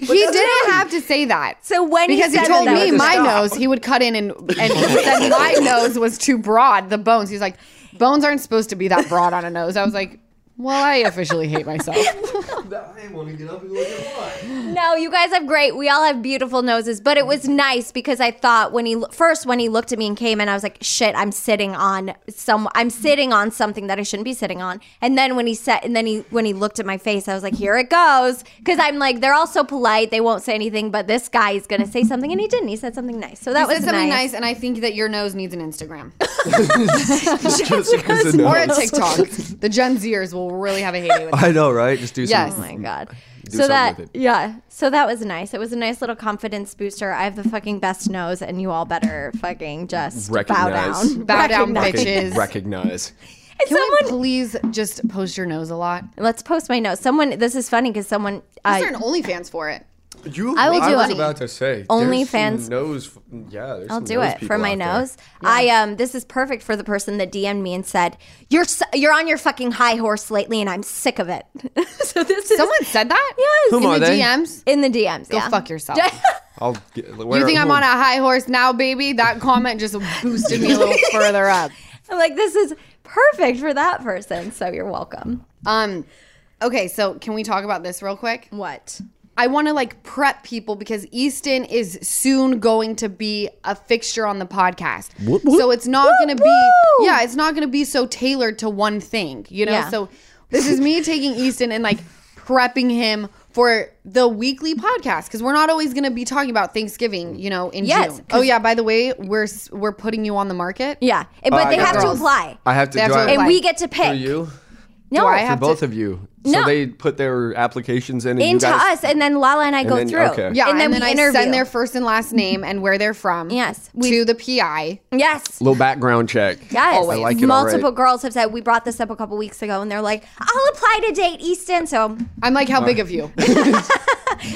[SPEAKER 1] he didn't have to say that.
[SPEAKER 2] So when he
[SPEAKER 1] because he,
[SPEAKER 2] said
[SPEAKER 1] told
[SPEAKER 2] that, I
[SPEAKER 1] me
[SPEAKER 2] was
[SPEAKER 1] my
[SPEAKER 2] like,
[SPEAKER 1] nose, he would cut in and and he said my nose was too broad. The bones. He's like, bones aren't supposed to be that broad on a nose. I was like, well, I officially hate myself.
[SPEAKER 3] I want to get up and look at what.
[SPEAKER 2] no you guys have great we all have beautiful noses but it was nice because i thought when he lo- first when he looked at me and came in i was like shit i'm sitting on some i'm sitting on something that i shouldn't be sitting on and then when he said and then he when he looked at my face i was like here it goes because i'm like they're all so polite they won't say anything but this guy is gonna say something and he didn't he said something nice so that was
[SPEAKER 1] Said something
[SPEAKER 2] nice.
[SPEAKER 1] nice, and I think that your nose needs an Instagram
[SPEAKER 3] Just because of
[SPEAKER 1] or a
[SPEAKER 3] nose.
[SPEAKER 1] TikTok. the Gen Zers will really have a heyday with that.
[SPEAKER 3] I know, right? Just do
[SPEAKER 1] Yes.
[SPEAKER 3] something.
[SPEAKER 2] Oh my god.
[SPEAKER 3] Mm, something
[SPEAKER 2] So that
[SPEAKER 3] with it.
[SPEAKER 2] yeah. So that was nice. It was a nice little confidence booster. I have the fucking best nose and you all better fucking just bow
[SPEAKER 3] Recognize.
[SPEAKER 2] down.
[SPEAKER 1] Bow down,
[SPEAKER 2] Recognize.
[SPEAKER 1] bitch.
[SPEAKER 3] Fucking
[SPEAKER 1] bitches.
[SPEAKER 3] Recognize.
[SPEAKER 2] And
[SPEAKER 1] Can
[SPEAKER 2] someone
[SPEAKER 1] we please just post your nose a lot? Is
[SPEAKER 2] let's post my nose. Someone this is funny cuz someone uh,
[SPEAKER 1] there an OnlyFans for it?
[SPEAKER 3] You,
[SPEAKER 2] I will do
[SPEAKER 3] was
[SPEAKER 2] it.
[SPEAKER 3] about to say
[SPEAKER 2] Only
[SPEAKER 3] there's some
[SPEAKER 2] fans-
[SPEAKER 3] Nose. Yeah, there's
[SPEAKER 2] I'll do it for my nose. I um this is perfect for the person that DM'd me and said, "You're s you're on your fucking high horse lately and I'm sick of it." so this is
[SPEAKER 1] Someone said that?
[SPEAKER 2] Yes.
[SPEAKER 3] Whom
[SPEAKER 1] In
[SPEAKER 3] are
[SPEAKER 1] the
[SPEAKER 3] they?
[SPEAKER 1] DMs?
[SPEAKER 2] in the DMs.
[SPEAKER 1] Go
[SPEAKER 2] yeah.
[SPEAKER 1] fuck yourself.
[SPEAKER 3] I'll get,
[SPEAKER 1] You think I'm on a high horse now, baby? That comment just boosted me a little further up.
[SPEAKER 2] I'm like this is perfect for that person. So you're welcome.
[SPEAKER 1] Um, okay, so can we talk about this real quick?
[SPEAKER 2] What?
[SPEAKER 1] I want to like prep people because Easton is soon going to be a fixture on the podcast. So it's not going to be
[SPEAKER 2] whoop.
[SPEAKER 1] yeah, it's not going to be so tailored to one thing, you know?
[SPEAKER 2] Yeah.
[SPEAKER 1] So this is me taking Easton and like prepping him for the weekly podcast because we're not always going to be talking about Thanksgiving, you know, in
[SPEAKER 2] Yes,
[SPEAKER 1] June. Oh yeah, by the way, we're s- we're putting you on the market.
[SPEAKER 2] Yeah, eh, but they
[SPEAKER 3] I
[SPEAKER 2] have
[SPEAKER 3] got
[SPEAKER 2] to
[SPEAKER 3] those.
[SPEAKER 2] apply,
[SPEAKER 3] Uh, I have to.
[SPEAKER 1] They have
[SPEAKER 3] do
[SPEAKER 1] to
[SPEAKER 3] I-
[SPEAKER 2] and
[SPEAKER 1] apply.
[SPEAKER 2] we get to pick.
[SPEAKER 3] for you,
[SPEAKER 2] No,
[SPEAKER 1] I
[SPEAKER 3] for
[SPEAKER 1] have
[SPEAKER 3] both
[SPEAKER 1] to-
[SPEAKER 3] of you.
[SPEAKER 2] No.
[SPEAKER 3] So they put their applications in and you
[SPEAKER 2] into
[SPEAKER 3] guys,
[SPEAKER 2] us, and then Lala and I go
[SPEAKER 3] then-
[SPEAKER 2] through.
[SPEAKER 3] okay.
[SPEAKER 1] Yeah,
[SPEAKER 2] and then we
[SPEAKER 1] I
[SPEAKER 2] interview.
[SPEAKER 1] send their first and last name and where they're from.
[SPEAKER 2] Yes,
[SPEAKER 1] to the PI.
[SPEAKER 2] yes.
[SPEAKER 3] Little background check.
[SPEAKER 2] Yes,
[SPEAKER 3] I like it
[SPEAKER 2] multiple
[SPEAKER 3] already.
[SPEAKER 2] girls have said we brought this up a couple weeks ago, and they're like, "I'll apply to date Easton." So
[SPEAKER 1] I'm like, how big of you?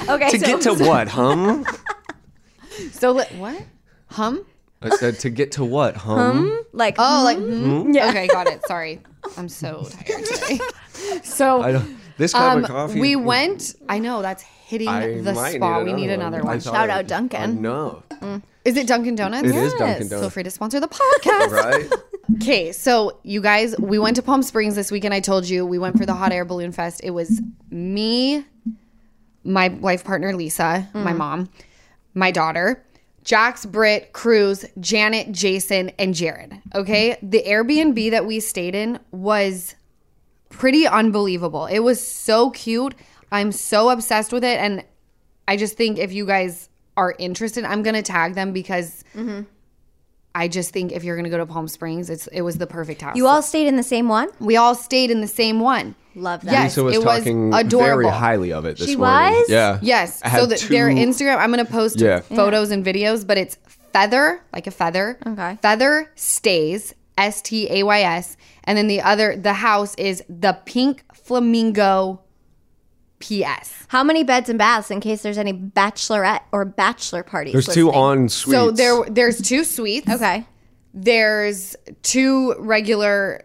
[SPEAKER 2] okay,
[SPEAKER 3] To
[SPEAKER 2] so,
[SPEAKER 3] get to what, huh?
[SPEAKER 1] so li- what? Hum?
[SPEAKER 3] I said to get to what, huh?
[SPEAKER 2] like
[SPEAKER 1] Oh, like
[SPEAKER 3] Mm-hmm.
[SPEAKER 1] yeah. Okay, got it. Sorry, I'm so tired today.
[SPEAKER 3] I
[SPEAKER 1] so
[SPEAKER 3] don't. This cup
[SPEAKER 1] um,
[SPEAKER 3] of coffee.
[SPEAKER 1] we went. I know that's hitting
[SPEAKER 3] I
[SPEAKER 1] the
[SPEAKER 3] might
[SPEAKER 1] spot. we need another
[SPEAKER 3] I
[SPEAKER 1] one.
[SPEAKER 3] thought
[SPEAKER 2] Shout
[SPEAKER 3] I-
[SPEAKER 2] out Dunkin'.
[SPEAKER 3] I know.
[SPEAKER 1] Is it Dunkin' Donuts?
[SPEAKER 3] It is Dunkin'
[SPEAKER 1] Feel
[SPEAKER 3] Donuts.
[SPEAKER 1] free to sponsor the podcast.
[SPEAKER 3] Right?
[SPEAKER 1] Okay, so you guys, we went to Palm Springs this weekend. I told you we went for the hot air balloon fest. It was me, my life partner Lisa, my
[SPEAKER 2] Mm.
[SPEAKER 1] mom, my daughter, Jax, Britt, Cruz, Janet, Jason, and Jared. Okay, the Airbnb that we stayed in was pretty unbelievable. It was so cute. I'm so obsessed with it, and I just think if you guys are interested, I'm gonna tag them because.
[SPEAKER 2] Mm-hmm.
[SPEAKER 1] I just think if you're gonna go to Palm Springs, it's it was the perfect house.
[SPEAKER 2] you all stayed in the same one.
[SPEAKER 1] we all stayed in the same one.
[SPEAKER 2] Love that.
[SPEAKER 1] Yes,
[SPEAKER 3] Lisa was
[SPEAKER 1] it
[SPEAKER 3] talking
[SPEAKER 1] was adorable.
[SPEAKER 3] very highly of it this
[SPEAKER 2] She
[SPEAKER 3] morning.
[SPEAKER 2] was?
[SPEAKER 3] Yeah.
[SPEAKER 1] Yes.
[SPEAKER 3] I
[SPEAKER 1] So
[SPEAKER 3] had
[SPEAKER 1] the, their
[SPEAKER 3] two-
[SPEAKER 1] Instagram, I'm gonna post
[SPEAKER 3] Yeah.
[SPEAKER 1] photos and videos, but it's feather like a feather.
[SPEAKER 2] Okay.
[SPEAKER 1] Feather stays S T A Y S, and then the other the house is the Pink Flamingo P S.
[SPEAKER 2] How many beds and baths in case there's any bachelorette or bachelor parties?
[SPEAKER 3] There's two
[SPEAKER 2] listening?
[SPEAKER 3] on suites.
[SPEAKER 1] So there there's two suites.
[SPEAKER 2] Okay.
[SPEAKER 1] there's two regular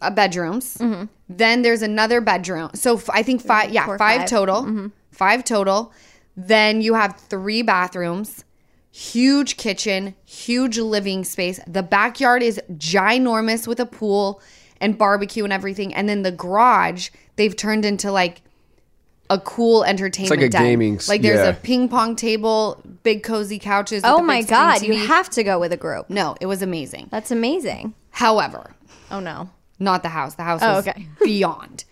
[SPEAKER 1] uh, bedrooms. Then there's another bedroom. So f- I think five, yeah,
[SPEAKER 2] Mm-hmm. Four,
[SPEAKER 1] five,
[SPEAKER 2] five. Mm-hmm.
[SPEAKER 1] total. Five total. Then you have three bathrooms, huge kitchen, huge living space. The backyard is ginormous with a pool and barbecue and everything. And then the garage they've turned into like a cool entertainment.
[SPEAKER 3] a
[SPEAKER 1] den.
[SPEAKER 3] gaming s-
[SPEAKER 1] Like there's
[SPEAKER 3] yeah.
[SPEAKER 1] a ping pong table, big cozy couches. with
[SPEAKER 2] Oh
[SPEAKER 1] a big
[SPEAKER 2] my
[SPEAKER 1] screen
[SPEAKER 2] god, you
[SPEAKER 1] TV.
[SPEAKER 2] have to go with a group.
[SPEAKER 1] no, it was amazing.
[SPEAKER 2] That's amazing.
[SPEAKER 1] However,
[SPEAKER 2] Oh no.
[SPEAKER 1] not the house. The house
[SPEAKER 2] Oh,
[SPEAKER 1] was
[SPEAKER 2] okay.
[SPEAKER 1] beyond.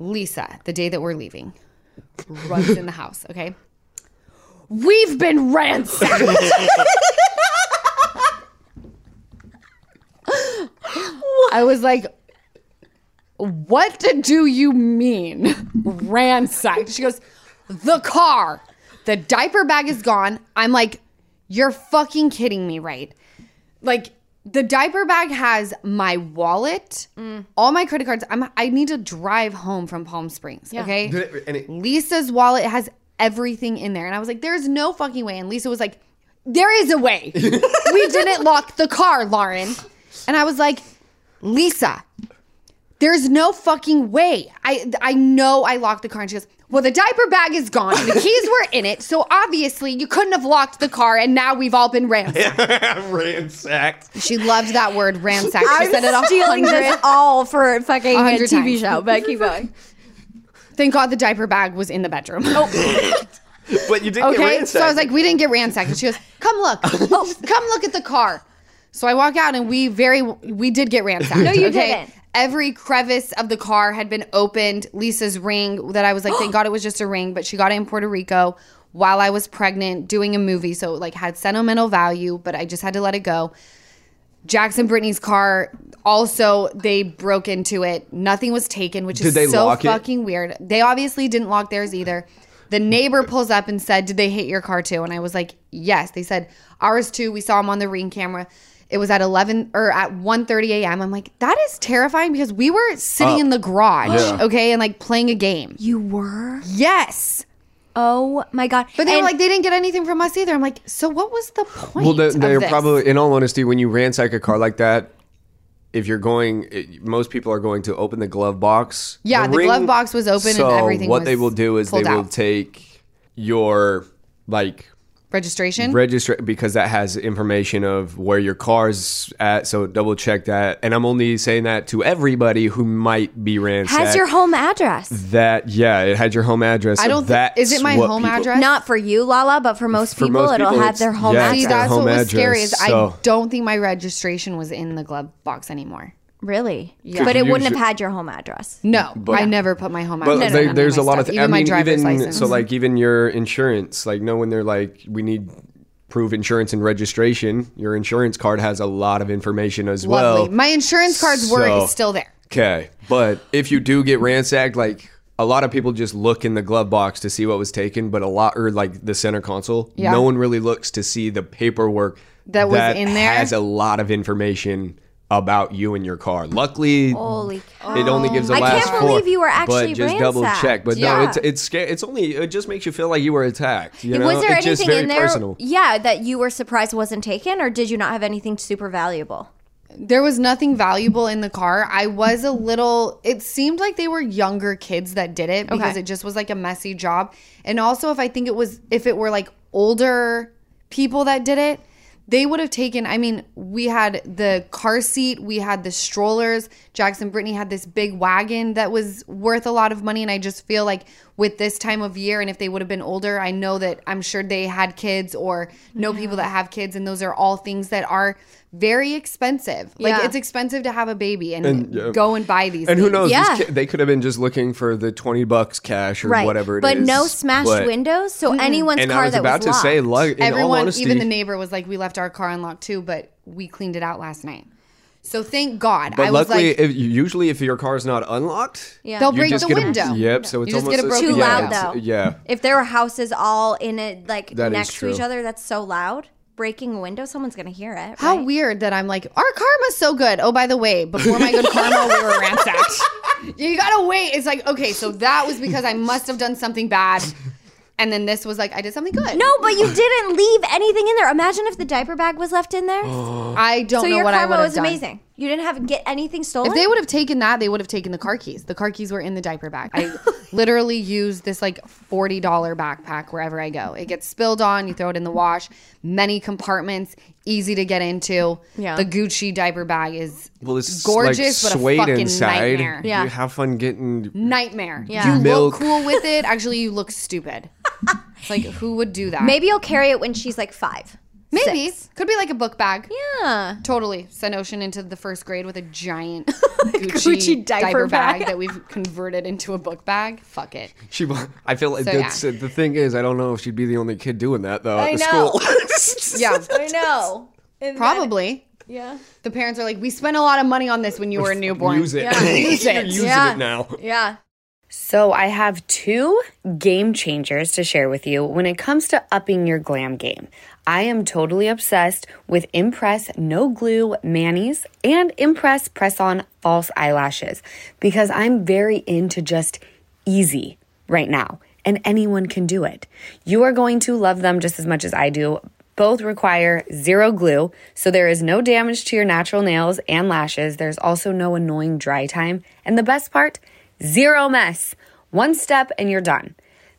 [SPEAKER 1] Lisa, the day that we're leaving, runs in the house, okay? We've been ransacked. I was like, what do you mean ransacked? She goes, the car. The diaper bag is gone. I'm like, you're fucking kidding me, right? Like, the diaper bag has my wallet, all my credit cards. I'm, I need to drive home from Palm Springs, okay?
[SPEAKER 3] And it,
[SPEAKER 1] Lisa's wallet has everything in there. And I was like, there's no fucking way. And Lisa was like, there is a way. we didn't lock the car, Lauren. And I was like, Lisa, there's no fucking way. I I know I locked the car. And she goes, well, the diaper bag is gone. and The keys were in it. So obviously you couldn't have locked the car. And now we've all been ransacked.
[SPEAKER 3] ransacked.
[SPEAKER 1] She loved that word, ransacked. She
[SPEAKER 2] I'm
[SPEAKER 1] said it a
[SPEAKER 2] stealing
[SPEAKER 1] hundred.
[SPEAKER 2] this all for a fucking
[SPEAKER 1] A
[SPEAKER 2] uh,
[SPEAKER 1] hundred times.
[SPEAKER 2] TV show, but keep going.
[SPEAKER 1] Thank God the diaper bag was in the bedroom. Oh.
[SPEAKER 3] But you did get
[SPEAKER 1] Okay.
[SPEAKER 3] ransacked.
[SPEAKER 1] So I was like, we didn't get ransacked. And she goes, come look. Oh, come look at the car. So I walk out and we very, we did get ransacked. No,
[SPEAKER 2] you didn't.
[SPEAKER 1] Every crevice of the car had been opened. Lisa's ring that I was like, thank God it was just a ring, but she got it in Puerto Rico while I was pregnant doing a movie. So it like had sentimental value, but I just had to let it go. Jackson Brittany's car also they broke into it. Nothing was taken, which
[SPEAKER 3] Did
[SPEAKER 1] is
[SPEAKER 3] they
[SPEAKER 1] so
[SPEAKER 3] lock it?
[SPEAKER 1] fucking weird. They obviously didn't lock theirs either. The neighbor pulls up and said, "Did they hit your car too?" And I was like, "Yes." They said, "Ours too. We saw them on the ring camera." It was at 11 or at 1:30 a.m. I'm like, "That is terrifying because we were sitting in the garage,
[SPEAKER 3] Yeah.
[SPEAKER 1] okay, and like playing a game."
[SPEAKER 2] You were?
[SPEAKER 1] Yes.
[SPEAKER 2] Oh my god.
[SPEAKER 1] But they
[SPEAKER 2] And-
[SPEAKER 1] were like, they didn't get anything from us either. I'm like, so what was the point?
[SPEAKER 3] Well, they, they're
[SPEAKER 1] of this?
[SPEAKER 3] probably, in all honesty, when you ransack a car like that, if you're going, it, most people are going to open the glove box.
[SPEAKER 1] Yeah, the glove box was open and
[SPEAKER 3] so
[SPEAKER 1] everything
[SPEAKER 3] What
[SPEAKER 1] was
[SPEAKER 3] they will do is they
[SPEAKER 1] pulled
[SPEAKER 3] will
[SPEAKER 1] out.
[SPEAKER 3] take your like
[SPEAKER 1] registration.
[SPEAKER 3] register because that has information of where your car's at. So double check that. And I'm only saying that to everybody who might be ransacked.
[SPEAKER 2] has your home address.
[SPEAKER 3] that yeah, it had your home address.
[SPEAKER 1] I don't.
[SPEAKER 3] That
[SPEAKER 1] Think, is it my home address?
[SPEAKER 2] Not for you, Lala, but for most
[SPEAKER 3] For
[SPEAKER 2] people,
[SPEAKER 3] most
[SPEAKER 2] it'll
[SPEAKER 3] people,
[SPEAKER 2] have their
[SPEAKER 3] it's-
[SPEAKER 2] home
[SPEAKER 3] yeah, it's
[SPEAKER 1] See,
[SPEAKER 3] their
[SPEAKER 2] address.
[SPEAKER 1] that's
[SPEAKER 3] home
[SPEAKER 1] what was scary is
[SPEAKER 3] address, so-
[SPEAKER 1] I don't think my registration was in the glove box anymore.
[SPEAKER 2] Really? But it
[SPEAKER 3] you
[SPEAKER 2] wouldn't have
[SPEAKER 3] should-
[SPEAKER 2] had your home address.
[SPEAKER 1] No, I never put my home
[SPEAKER 3] But
[SPEAKER 1] address.
[SPEAKER 3] there-
[SPEAKER 1] on any of
[SPEAKER 3] there's
[SPEAKER 1] my
[SPEAKER 3] a lot of
[SPEAKER 1] stuff,
[SPEAKER 3] th-
[SPEAKER 1] even
[SPEAKER 3] I
[SPEAKER 1] my
[SPEAKER 3] mean,
[SPEAKER 1] driver's
[SPEAKER 3] even-
[SPEAKER 1] license.
[SPEAKER 3] So like even your insurance, like no, when they're like, we need proof insurance and registration. Your insurance card has a lot of information as
[SPEAKER 1] Lovely.
[SPEAKER 3] well.
[SPEAKER 1] my insurance cards were
[SPEAKER 3] so-
[SPEAKER 1] still there.
[SPEAKER 3] Okay, but if you do get ransacked, like a lot of people just look in the glove box to see what was taken, but a lot or like the center console,
[SPEAKER 1] Yeah.
[SPEAKER 3] no one really looks to see the paperwork
[SPEAKER 1] That was in there?
[SPEAKER 3] Has a lot of information about you and your car. Luckily,
[SPEAKER 2] Holy cow.
[SPEAKER 3] it only gives a
[SPEAKER 2] Oh. I can't
[SPEAKER 3] last four.
[SPEAKER 2] believe you were actually
[SPEAKER 3] but just double check.
[SPEAKER 2] ransacked.
[SPEAKER 3] But
[SPEAKER 1] Yeah.
[SPEAKER 3] no, it's it's scary. It's only it just makes you feel like you were attacked. You know,
[SPEAKER 2] was there
[SPEAKER 3] it's
[SPEAKER 2] anything
[SPEAKER 3] just very
[SPEAKER 2] in there?
[SPEAKER 3] personal.
[SPEAKER 2] Yeah, that you were surprised wasn't taken, or did you not have anything super valuable?
[SPEAKER 1] There was nothing valuable in the car. I was a little. It seemed like they were younger kids that did it because
[SPEAKER 2] Okay.
[SPEAKER 1] it just was like a messy job. And also, if I think it was, if it were like older people that did it, they would have taken. I mean, we had the car seat, we had the strollers. Jackson Brittany had this big wagon that was worth a lot of money. And I just feel like with this time of year, and if they would have been older, I know that I'm sure they had kids or know people that have kids. And those are all things that are very expensive. Like
[SPEAKER 2] Yeah.
[SPEAKER 1] it's expensive to have a baby and,
[SPEAKER 3] And, yeah.
[SPEAKER 1] go and buy these.
[SPEAKER 3] And who
[SPEAKER 1] things.
[SPEAKER 3] knows?
[SPEAKER 2] Yeah.
[SPEAKER 3] these ki- they could have been just looking for the twenty bucks cash or whatever it is.
[SPEAKER 2] but no smashed
[SPEAKER 3] But-
[SPEAKER 2] windows, so anyone's
[SPEAKER 3] And
[SPEAKER 2] car
[SPEAKER 3] I was
[SPEAKER 2] that
[SPEAKER 3] about
[SPEAKER 2] was
[SPEAKER 3] to say,
[SPEAKER 2] locked.
[SPEAKER 3] luck. In all
[SPEAKER 1] Everyone,
[SPEAKER 3] honesty,
[SPEAKER 1] even the neighbor, was like, "We left our car unlocked too, but we cleaned it out last night." So thank God.
[SPEAKER 3] But
[SPEAKER 1] I
[SPEAKER 3] luckily,
[SPEAKER 1] was like,
[SPEAKER 3] if, usually if your car's not unlocked,
[SPEAKER 2] Yeah.
[SPEAKER 1] they'll
[SPEAKER 3] you
[SPEAKER 1] break
[SPEAKER 3] just
[SPEAKER 1] the
[SPEAKER 3] get a-
[SPEAKER 1] window.
[SPEAKER 3] Yep. So it's
[SPEAKER 1] You just
[SPEAKER 3] almost
[SPEAKER 1] get a
[SPEAKER 3] a-
[SPEAKER 1] broken
[SPEAKER 2] too
[SPEAKER 1] Yeah,
[SPEAKER 2] loud
[SPEAKER 3] it's-
[SPEAKER 2] though.
[SPEAKER 3] Yeah.
[SPEAKER 2] If there were houses all in it, like
[SPEAKER 3] That is
[SPEAKER 2] next to
[SPEAKER 3] true.
[SPEAKER 2] each other, that's so loud. Breaking a window, someone's gonna hear it.
[SPEAKER 1] How
[SPEAKER 2] right?
[SPEAKER 1] weird that I'm like, our karma's so good. Oh, by the way, before my good karma, we were ransacked. You gotta wait. It's like, okay, so that was because I must have done something bad. And then this was like, I did something good.
[SPEAKER 2] No, but you didn't leave anything in there. Imagine if the diaper bag was left in there.
[SPEAKER 3] Oh,
[SPEAKER 1] I don't
[SPEAKER 2] so
[SPEAKER 1] know
[SPEAKER 2] your
[SPEAKER 1] what I would
[SPEAKER 2] karma
[SPEAKER 1] have
[SPEAKER 2] was
[SPEAKER 1] done.
[SPEAKER 2] amazing. Oh, You didn't have get anything stolen.
[SPEAKER 1] If they would have taken that, they would have taken the car keys. The car keys were in the diaper bag. I literally use this like $40 backpack wherever I go. It gets spilled on, you throw it in the wash. Many compartments, easy to get into.
[SPEAKER 2] Yeah.
[SPEAKER 1] The Gucci diaper bag is
[SPEAKER 3] Well, it's
[SPEAKER 1] gorgeous,
[SPEAKER 3] like
[SPEAKER 1] but a
[SPEAKER 3] suede
[SPEAKER 1] fucking
[SPEAKER 3] inside.
[SPEAKER 1] nightmare.
[SPEAKER 2] Yeah.
[SPEAKER 3] You have fun getting.
[SPEAKER 1] Nightmare.
[SPEAKER 2] Yeah.
[SPEAKER 1] You
[SPEAKER 3] Milk.
[SPEAKER 1] look cool with it. Actually, you look stupid. it's like, who would do that?
[SPEAKER 2] Maybe you'll carry it when she's like five.
[SPEAKER 1] Maybe. Could be like a book bag.
[SPEAKER 2] Yeah.
[SPEAKER 1] Totally. Send Ocean into the first grade with a giant Gucci,
[SPEAKER 2] Gucci diaper
[SPEAKER 1] diaper, bag.
[SPEAKER 2] bag.
[SPEAKER 1] that we've converted into a book bag. Fuck it.
[SPEAKER 3] She, wa- I feel like that's,
[SPEAKER 1] yeah.
[SPEAKER 3] the thing is, I don't know if she'd be the only kid doing that though
[SPEAKER 2] I
[SPEAKER 3] at the
[SPEAKER 2] know.
[SPEAKER 3] school.
[SPEAKER 1] Yeah.
[SPEAKER 2] I know. And
[SPEAKER 1] Probably.
[SPEAKER 2] then- yeah.
[SPEAKER 1] The parents are like, we spent a lot of money on this when you were a newborn.
[SPEAKER 3] Use it.
[SPEAKER 2] Yeah.
[SPEAKER 1] Use
[SPEAKER 3] You're
[SPEAKER 1] it.
[SPEAKER 3] using
[SPEAKER 2] Yeah.
[SPEAKER 3] it now.
[SPEAKER 2] Yeah.
[SPEAKER 4] So, I have two game changers to share with you when it comes to upping your glam game. I am totally obsessed with Impress No Glue Manis and Impress Press On False Eyelashes because I'm very into just easy right now and anyone can do it. You are going to love them just as much as I do. Both require zero glue, so there is no damage to your natural nails and lashes. There's also no annoying dry time. And the best part, zero mess. One step and you're done.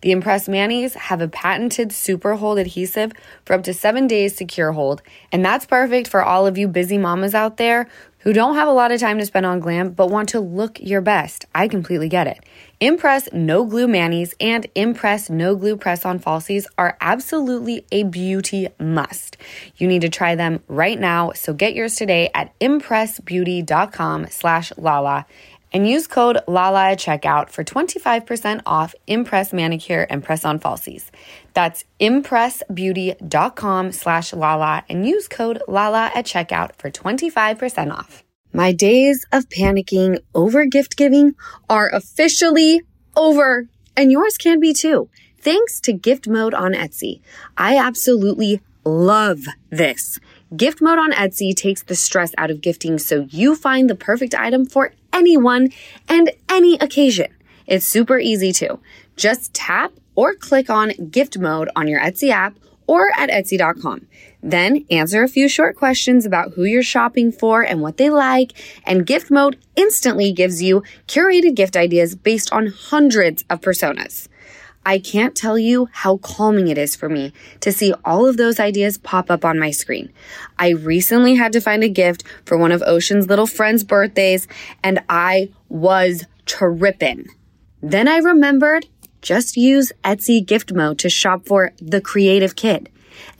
[SPEAKER 4] The Impress Manis have a patented super hold adhesive for up to seven days secure hold, and that's perfect for all of you busy mamas out there who don't have a lot of time to spend on glam but want to look your best. I completely get it. Impress No Glue Manis and Impress No Glue Press On Falsies are absolutely a beauty must. You need to try them right now, so get yours today at impressbeauty.com slash lala and use code LALA at checkout for 25% off Impress Manicure and Press On Falsies. That's impressbeauty.com slash LALA and use code LALA at checkout for 25% off. My days of panicking over gift giving are officially over, and yours can be too, thanks to Gift Mode on Etsy. I absolutely love this. Gift Mode on Etsy takes the stress out of gifting so you find the perfect item for anyone and any occasion. It's super easy too. Just tap or click on gift mode on your Etsy app or at Etsy.com. Then answer a few short questions about who you're shopping for and what they like, and gift mode instantly gives you curated gift ideas based on hundreds of personas. I can't tell you how calming it is for me to see all of those ideas pop up on my screen. I recently had to find a gift for one of Ocean's little friend's birthdays, and I was trippin'. Then I remembered just use Etsy gift mode to shop for the creative kid.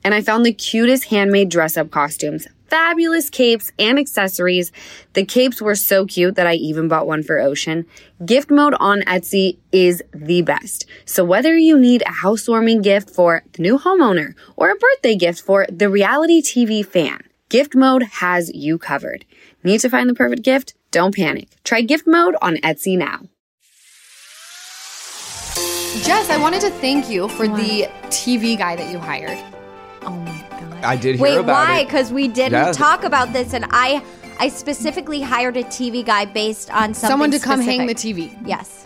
[SPEAKER 4] And I found the cutest handmade dress up costumes, fabulous capes and accessories. The capes were so cute that I even bought one for Ocean. Gift mode on Etsy is the best. So whether you need a housewarming gift for the new homeowner or a birthday gift for the reality TV fan, Gift Mode has you covered. Need to find the perfect gift? Don't panic. Try Gift Mode on Etsy now.
[SPEAKER 1] Jess, I wanted to thank you for the TV guy that you hired.
[SPEAKER 2] Oh my god.
[SPEAKER 3] I did hear
[SPEAKER 2] Wait,
[SPEAKER 3] about
[SPEAKER 2] why?
[SPEAKER 3] it.
[SPEAKER 2] Because we didn't
[SPEAKER 3] Yeah.
[SPEAKER 2] talk about this, and I, I specifically hired a TV guy based on something
[SPEAKER 1] Someone to come hang the
[SPEAKER 2] specific.
[SPEAKER 1] TV.
[SPEAKER 2] Yes.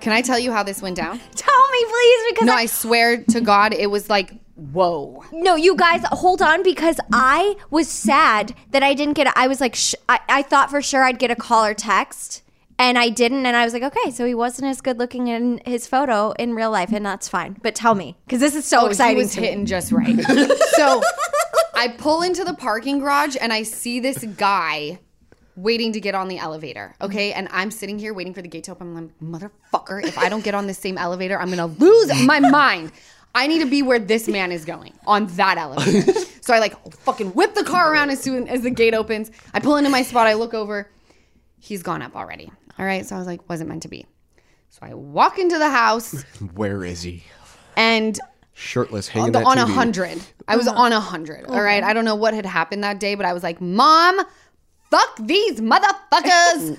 [SPEAKER 1] Can I tell you how this went down?
[SPEAKER 2] Tell me, please, because
[SPEAKER 1] No,
[SPEAKER 2] I-
[SPEAKER 1] I swear to God, it was like, whoa.
[SPEAKER 2] No, you guys, hold on because I was sad that I didn't get. A, I was like, sh- I, I thought for sure I'd get a call or text, and I didn't. And I was like, okay, so he wasn't as good looking in his photo in real life, and that's fine. But tell me, because this is so
[SPEAKER 1] Oh,
[SPEAKER 2] exciting.
[SPEAKER 1] He was
[SPEAKER 2] to me.
[SPEAKER 1] hitting just right. so I pull into the parking garage and I see this guy waiting to get on the elevator. Okay. And I'm sitting here waiting for the gate to open. I'm like, motherfucker, if I don't get on this same elevator, I'm going to lose my mind. I need to be where this man is going on that elevator. so I like fucking whip the car around as soon as the gate opens. I pull into my spot. I look over. He's gone up already. All right. So I was like, wasn't meant to be. So I walk into the house
[SPEAKER 3] Where is he?
[SPEAKER 1] and
[SPEAKER 3] Shirtless, hanging
[SPEAKER 1] the-
[SPEAKER 3] that
[SPEAKER 1] on a
[SPEAKER 3] TV.
[SPEAKER 1] hundred. I was on a hundred. All right. I don't know what had happened that day, but I was like, Mom, fuck these motherfuckers.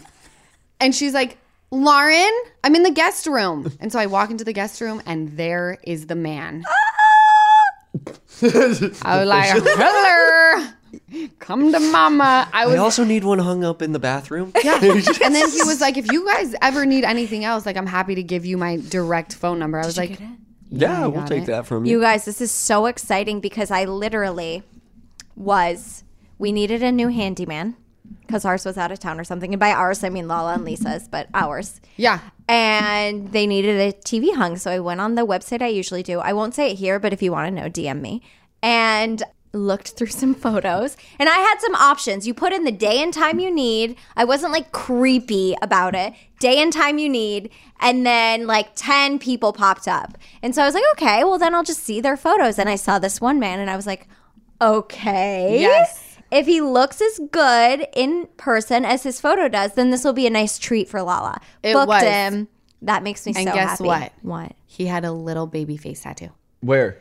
[SPEAKER 1] and she's like, Lauren, I'm in the guest room. And so I walk into the guest room and there is the man. I was like, Hello, come to mama. I
[SPEAKER 3] I
[SPEAKER 1] was
[SPEAKER 3] also need one hung up in the bathroom.
[SPEAKER 1] yeah. and then he was like, if you guys ever need anything else, like I'm happy to give you my direct phone number. I was like,
[SPEAKER 3] Yeah, we'll take that from you.
[SPEAKER 2] You guys, this is so exciting because I literally was. We needed a new handyman. because ours was out of town or something. And by ours, I mean Lala and Lisa's, but ours.
[SPEAKER 1] Yeah.
[SPEAKER 2] And they needed a TV hung. So I went on the website I usually do. I won't say it here, but if you want to know, DM me. And looked through some photos. And I had some options. You put in the day and time you need. I wasn't like creepy about it. Day and time you need. And then like 10 people popped up. And so I was like, okay, well, then I'll just see their photos. And I saw this one man and I was like, okay.
[SPEAKER 1] Yes.
[SPEAKER 2] If he looks as good in person as his photo does, then this will be a nice treat for Lala.
[SPEAKER 1] It
[SPEAKER 2] Booked
[SPEAKER 1] was.
[SPEAKER 2] him. That makes me
[SPEAKER 1] And
[SPEAKER 2] so
[SPEAKER 1] guess
[SPEAKER 2] happy.
[SPEAKER 1] what?
[SPEAKER 2] What?
[SPEAKER 1] He had a little baby face tattoo
[SPEAKER 3] Where?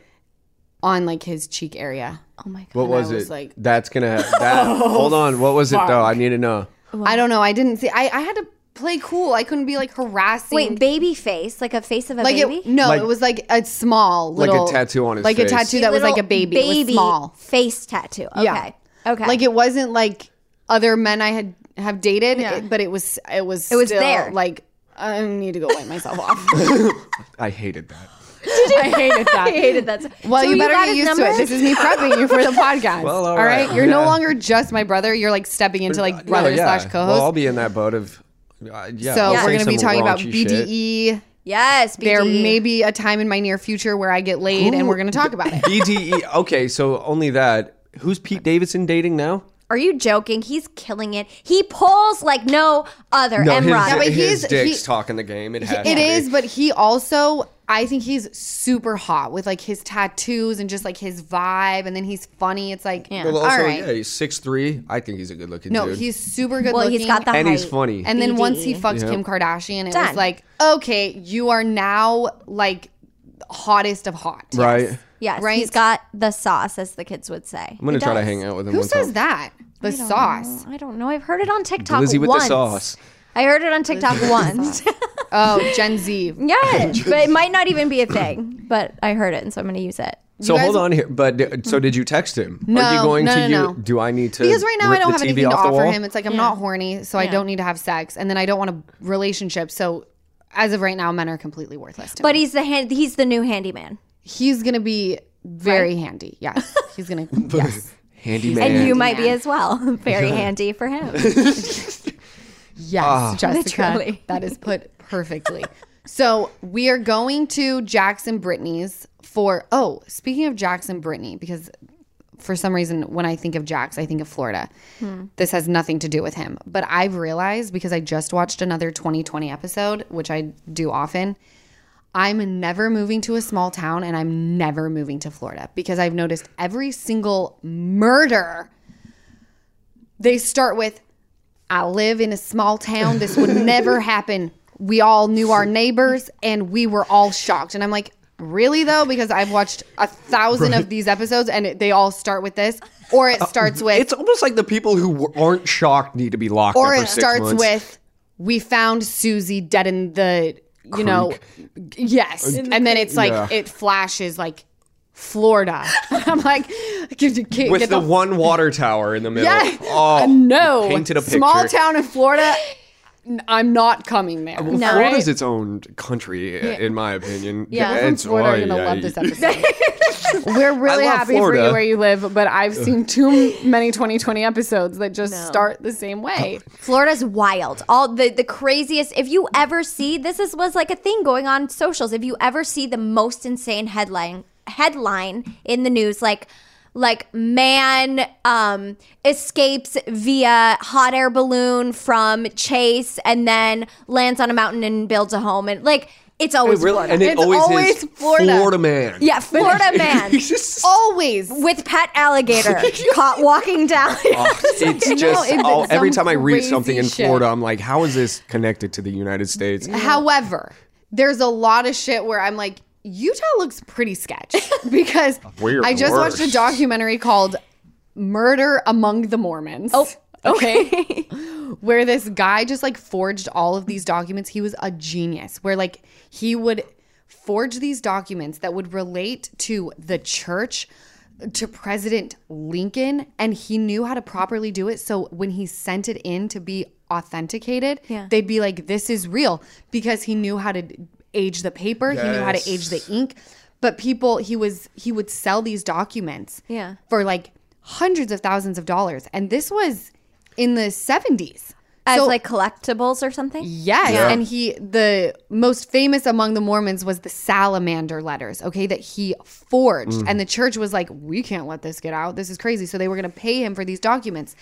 [SPEAKER 1] on like his cheek area.
[SPEAKER 2] Oh my god.
[SPEAKER 3] What was,
[SPEAKER 1] was
[SPEAKER 3] it?
[SPEAKER 1] like-
[SPEAKER 3] That's gonna. ha- That, hold on. What was it though? I need to know.
[SPEAKER 1] I don't know. I didn't see. I, I had to play cool. I couldn't be like harassing.
[SPEAKER 2] Wait, baby face, like a face of a
[SPEAKER 1] like
[SPEAKER 2] baby.
[SPEAKER 1] it? No,
[SPEAKER 3] Like-
[SPEAKER 1] it was like a small
[SPEAKER 3] Like a
[SPEAKER 1] little
[SPEAKER 3] tattoo on his
[SPEAKER 1] like
[SPEAKER 3] face.
[SPEAKER 1] a tattoo that was like a
[SPEAKER 2] Little
[SPEAKER 1] baby. It was small.
[SPEAKER 2] face tattoo. Okay.
[SPEAKER 1] Yeah.
[SPEAKER 2] Okay.
[SPEAKER 1] Like it wasn't like other men I had have dated, it- but it was it was it
[SPEAKER 2] was
[SPEAKER 1] still,
[SPEAKER 2] there.
[SPEAKER 1] Like I need to go wipe myself off.
[SPEAKER 3] I hated that.
[SPEAKER 1] I hated that.
[SPEAKER 2] hated that.
[SPEAKER 1] Well, you better get used to it. This is me prepping you for the podcast.
[SPEAKER 3] Well, all
[SPEAKER 1] all right?
[SPEAKER 3] right.
[SPEAKER 1] You're no
[SPEAKER 3] Yeah.
[SPEAKER 1] longer just my brother. You're like stepping into like brother
[SPEAKER 3] No, yeah.
[SPEAKER 1] slash co-host.
[SPEAKER 3] Well, I'll be in that boat of. Uh, yeah,
[SPEAKER 1] so
[SPEAKER 3] I'll
[SPEAKER 1] we're
[SPEAKER 3] say
[SPEAKER 1] gonna be
[SPEAKER 3] some
[SPEAKER 1] talking about E
[SPEAKER 3] raunchy shit.
[SPEAKER 1] BDE.
[SPEAKER 2] yes. BD.
[SPEAKER 1] There may be a time in my near future where I get laid, and we're gonna talk about it.
[SPEAKER 3] BDE. E, Okay, so only that. Who's Pete Davidson dating now?
[SPEAKER 2] Are you joking? He's killing it. He pulls like no other.
[SPEAKER 3] No, his,
[SPEAKER 2] Emrod.
[SPEAKER 1] Yeah, but
[SPEAKER 3] his
[SPEAKER 1] he's-
[SPEAKER 3] dick's
[SPEAKER 1] he-
[SPEAKER 3] talking the game. It has
[SPEAKER 1] It
[SPEAKER 3] to be.
[SPEAKER 1] is, but he also, I think he's super hot with like his tattoos and just like his vibe, and then he's funny. It's like,
[SPEAKER 3] Well, also,
[SPEAKER 1] all right,
[SPEAKER 3] yeah, he's six three. I think he's a good looking
[SPEAKER 1] no,
[SPEAKER 3] dude.
[SPEAKER 1] he's super good.
[SPEAKER 2] well,
[SPEAKER 1] looking.
[SPEAKER 2] he's got the
[SPEAKER 3] and he's
[SPEAKER 2] height.
[SPEAKER 3] funny.
[SPEAKER 1] And then once he
[SPEAKER 2] BD.
[SPEAKER 1] fucked Kim Kardashian, it
[SPEAKER 2] Done.
[SPEAKER 1] was like, okay, you are now like hottest of hot.
[SPEAKER 3] right.
[SPEAKER 2] Yes,
[SPEAKER 1] Right?
[SPEAKER 2] he's got the sauce, as the kids would say.
[SPEAKER 3] I'm gonna try to hang out with him.
[SPEAKER 1] Who
[SPEAKER 3] one
[SPEAKER 1] says
[SPEAKER 3] time.
[SPEAKER 1] that? The sauce.
[SPEAKER 2] I don't know. I've heard it on TikTok
[SPEAKER 3] Lizzie with
[SPEAKER 2] once.
[SPEAKER 3] the sauce.
[SPEAKER 2] I heard it on TikTok once.
[SPEAKER 1] Oh, Gen Z.
[SPEAKER 2] yeah, but it might not even be a thing. But I heard it, and so I'm going to use it.
[SPEAKER 3] So
[SPEAKER 1] guys-
[SPEAKER 3] hold on here, but d- so did you text him? Are you
[SPEAKER 1] No,
[SPEAKER 3] going
[SPEAKER 1] no,
[SPEAKER 3] to
[SPEAKER 1] no,
[SPEAKER 3] you?
[SPEAKER 1] no.
[SPEAKER 3] Do I need to?
[SPEAKER 1] Because right now I
[SPEAKER 3] rip
[SPEAKER 1] don't
[SPEAKER 3] the
[SPEAKER 1] have
[SPEAKER 3] TV
[SPEAKER 1] anything to
[SPEAKER 3] off the
[SPEAKER 1] offer
[SPEAKER 3] wall?
[SPEAKER 1] him. It's like I'm not horny, so I don't need to have sex, and then I don't want a relationship. So as of right now, men are completely worthless to me.
[SPEAKER 2] But he's the hand, he's the new handyman,
[SPEAKER 1] he's gonna be very handy. Yes, he's gonna. yes,
[SPEAKER 3] Handyman.
[SPEAKER 2] and you might be
[SPEAKER 1] Handyman.
[SPEAKER 2] as well. Very handy for him.
[SPEAKER 1] yes, Jessica.
[SPEAKER 2] Literally.
[SPEAKER 1] That is put perfectly. so we are going to Jackson Brittany's for. Oh, speaking of Jackson Brittany, because for some reason when I think of Jax, I think of Florida. This has nothing to do with him, but I've realized because I just watched another 2020 episode, which I do often. I'm never moving to a small town and I'm never moving to Florida because I've noticed every single murder they start with I live in a small town. This would never happen. We all knew our neighbors and we were all shocked. And I'm like, really though? Because I've watched a thousand of these episodes and it, they all start with this, or it starts with,
[SPEAKER 3] It's almost like the people who w- aren't shocked need to be locked
[SPEAKER 1] or
[SPEAKER 3] up for
[SPEAKER 1] it
[SPEAKER 3] six
[SPEAKER 1] starts
[SPEAKER 3] months.
[SPEAKER 1] with, we found Susie dead in the, you know, yes. and then it's like,
[SPEAKER 3] Uh, Yeah.
[SPEAKER 1] it flashes like Florida. I'm like, get, get,
[SPEAKER 3] with
[SPEAKER 1] get
[SPEAKER 3] the, one water tower in the middle.
[SPEAKER 1] Yeah.
[SPEAKER 3] Oh,
[SPEAKER 1] Uh, no.
[SPEAKER 3] Painted a picture.
[SPEAKER 1] Small town in Florida. n- I'm not coming there.
[SPEAKER 3] Well,
[SPEAKER 1] all
[SPEAKER 3] Florida's
[SPEAKER 1] right?
[SPEAKER 3] its own country, i- in my opinion.
[SPEAKER 2] Yeah. People
[SPEAKER 1] From
[SPEAKER 3] it's
[SPEAKER 1] Florida are
[SPEAKER 3] oh,
[SPEAKER 1] gonna
[SPEAKER 3] yeah,
[SPEAKER 1] love this episode. We're really
[SPEAKER 3] I love
[SPEAKER 1] happy for
[SPEAKER 3] Florida.
[SPEAKER 1] you where you live, but I've seen too many 2020 episodes that just start the same way.
[SPEAKER 2] Florida's wild. All the the craziest. If you ever see this is was like a thing going on socials. If you ever see the most insane headline headline in the news, like like man um escapes via hot air balloon from chase and then lands on a mountain and builds a home and like it's always
[SPEAKER 3] Really,
[SPEAKER 2] Florida.
[SPEAKER 3] and it
[SPEAKER 1] It's
[SPEAKER 3] always,
[SPEAKER 1] always
[SPEAKER 3] is
[SPEAKER 1] Florida.
[SPEAKER 3] man.
[SPEAKER 2] yeah, Florida man
[SPEAKER 3] It's just-
[SPEAKER 1] Always.
[SPEAKER 2] with pet alligator caught walking down.
[SPEAKER 3] Oh. it's just
[SPEAKER 1] it's
[SPEAKER 3] all-
[SPEAKER 1] some
[SPEAKER 3] every time I read
[SPEAKER 1] crazy
[SPEAKER 3] something in
[SPEAKER 1] shit.
[SPEAKER 3] Florida, I'm like, how is this connected to the United States?
[SPEAKER 1] However, there's a lot of shit where I'm like, Utah looks pretty sketch because
[SPEAKER 3] We're
[SPEAKER 1] I just watched a
[SPEAKER 3] worse.
[SPEAKER 1] documentary called Murder Among the Mormons. Oh, okay. where this guy just like forged all of these documents. He was a genius, where like he would forge these documents that would relate to the church. To President Lincoln, and he knew how to properly do it. So when he sent it in to be authenticated,
[SPEAKER 2] Yeah.
[SPEAKER 1] they'd be like, "This is real," because he knew how to d- age the paper. He knew how to age the ink. But people, he was he would sell these documents,
[SPEAKER 2] Yeah.
[SPEAKER 1] for like hundreds of thousands of dollars, and this was in the 70s.
[SPEAKER 2] as
[SPEAKER 1] So-
[SPEAKER 2] like collectibles or something.
[SPEAKER 1] Yes.
[SPEAKER 3] Yeah.
[SPEAKER 1] And he, the most famous among the Mormons was the salamander letters, okay, that he forged.
[SPEAKER 3] Mm.
[SPEAKER 1] And the church was like, we can't let this get out. This is crazy. So they were going to pay him for these documents.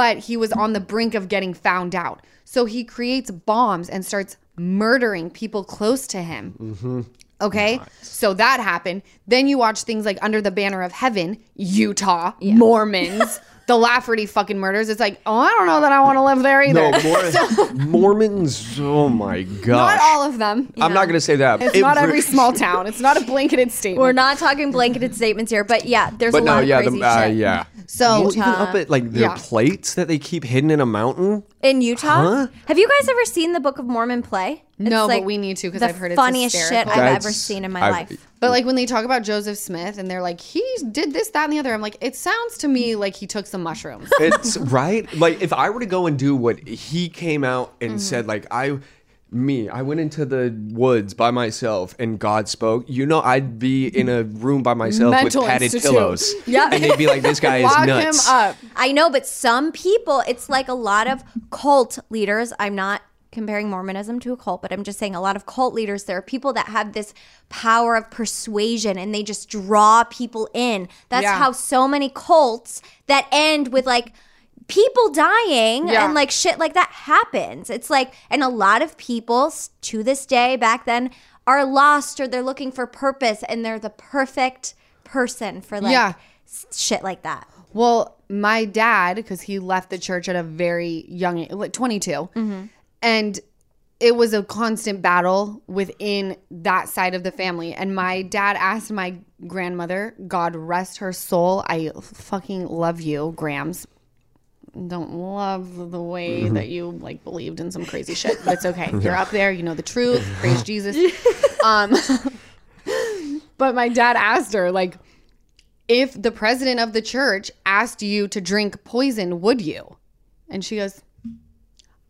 [SPEAKER 1] But he was on the brink of getting found out. So he creates bombs and starts murdering people close to him.
[SPEAKER 3] Mm-hmm.
[SPEAKER 1] Okay. So that happened. Then you watch things like Under the Banner of Heaven, Utah, Mormons, the Lafferty fucking murders. It's like, oh, I don't know that I want to live there either.
[SPEAKER 3] No, Mor- Mormons. Oh my gosh.
[SPEAKER 1] Not all of them.
[SPEAKER 3] I'm not going to say that.
[SPEAKER 1] It's
[SPEAKER 3] It
[SPEAKER 1] not
[SPEAKER 3] re-
[SPEAKER 1] every small town. It's not a blanketed statement.
[SPEAKER 2] We're not talking blanketed statements here, but yeah, there's
[SPEAKER 3] But
[SPEAKER 2] a
[SPEAKER 3] no,
[SPEAKER 2] lot
[SPEAKER 3] yeah,
[SPEAKER 2] of crazy
[SPEAKER 3] the, uh,
[SPEAKER 2] shit.
[SPEAKER 3] yeah.
[SPEAKER 1] so uh,
[SPEAKER 3] Well, even up at like their
[SPEAKER 1] yeah.
[SPEAKER 3] plates that they keep hidden in a mountain.
[SPEAKER 2] In Utah?
[SPEAKER 3] Huh?
[SPEAKER 2] Have you guys ever seen the Book of Mormon play?
[SPEAKER 1] No, but we need to 'cause
[SPEAKER 2] the
[SPEAKER 1] I've heard it's
[SPEAKER 2] funniest
[SPEAKER 1] hysterical.
[SPEAKER 2] shit I've ever
[SPEAKER 3] That's-
[SPEAKER 2] seen in my
[SPEAKER 3] I've-
[SPEAKER 2] life.
[SPEAKER 1] but like when they talk about Joseph Smith and they're like, he did this, that, and the other. I'm like, it sounds to me like he took some mushrooms.
[SPEAKER 3] It's right. Like if I were to go and do what he came out and
[SPEAKER 1] Mm-hmm.
[SPEAKER 3] said, like I, me, I went into the woods by myself and God spoke. You know, I'd be in a room by myself
[SPEAKER 1] Mental
[SPEAKER 3] with padded
[SPEAKER 1] institute.
[SPEAKER 3] pillows.
[SPEAKER 2] Yeah.
[SPEAKER 3] and they'd be like, "This guy is
[SPEAKER 1] Lock him
[SPEAKER 3] nuts."
[SPEAKER 1] up.
[SPEAKER 2] I know, but some people, it's like a lot of cult leaders. I'm not comparing Mormonism to a cult, but I'm just saying a lot of cult leaders, there are people that have this power of persuasion and they just draw people in. That's
[SPEAKER 1] Yeah.
[SPEAKER 2] how so many cults that end with like, People dying
[SPEAKER 1] Yeah.
[SPEAKER 2] and like shit like that happens. It's like, and a lot of people s- to this day back then are lost or they're looking for purpose and they're the perfect person for like
[SPEAKER 1] Yeah.
[SPEAKER 2] s- shit like that.
[SPEAKER 1] Well, my dad, because he left the church at a very young, like 22, and it was a constant battle within that side of the family. And my dad asked my grandmother, God rest her soul, I fucking love you, Grams. Don't love the way that you like believed in some crazy shit, but it's okay. You're up there, you know the truth. Praise Jesus. Um, but my dad asked her, like, if the president of the church asked you to drink poison, would you? And she goes,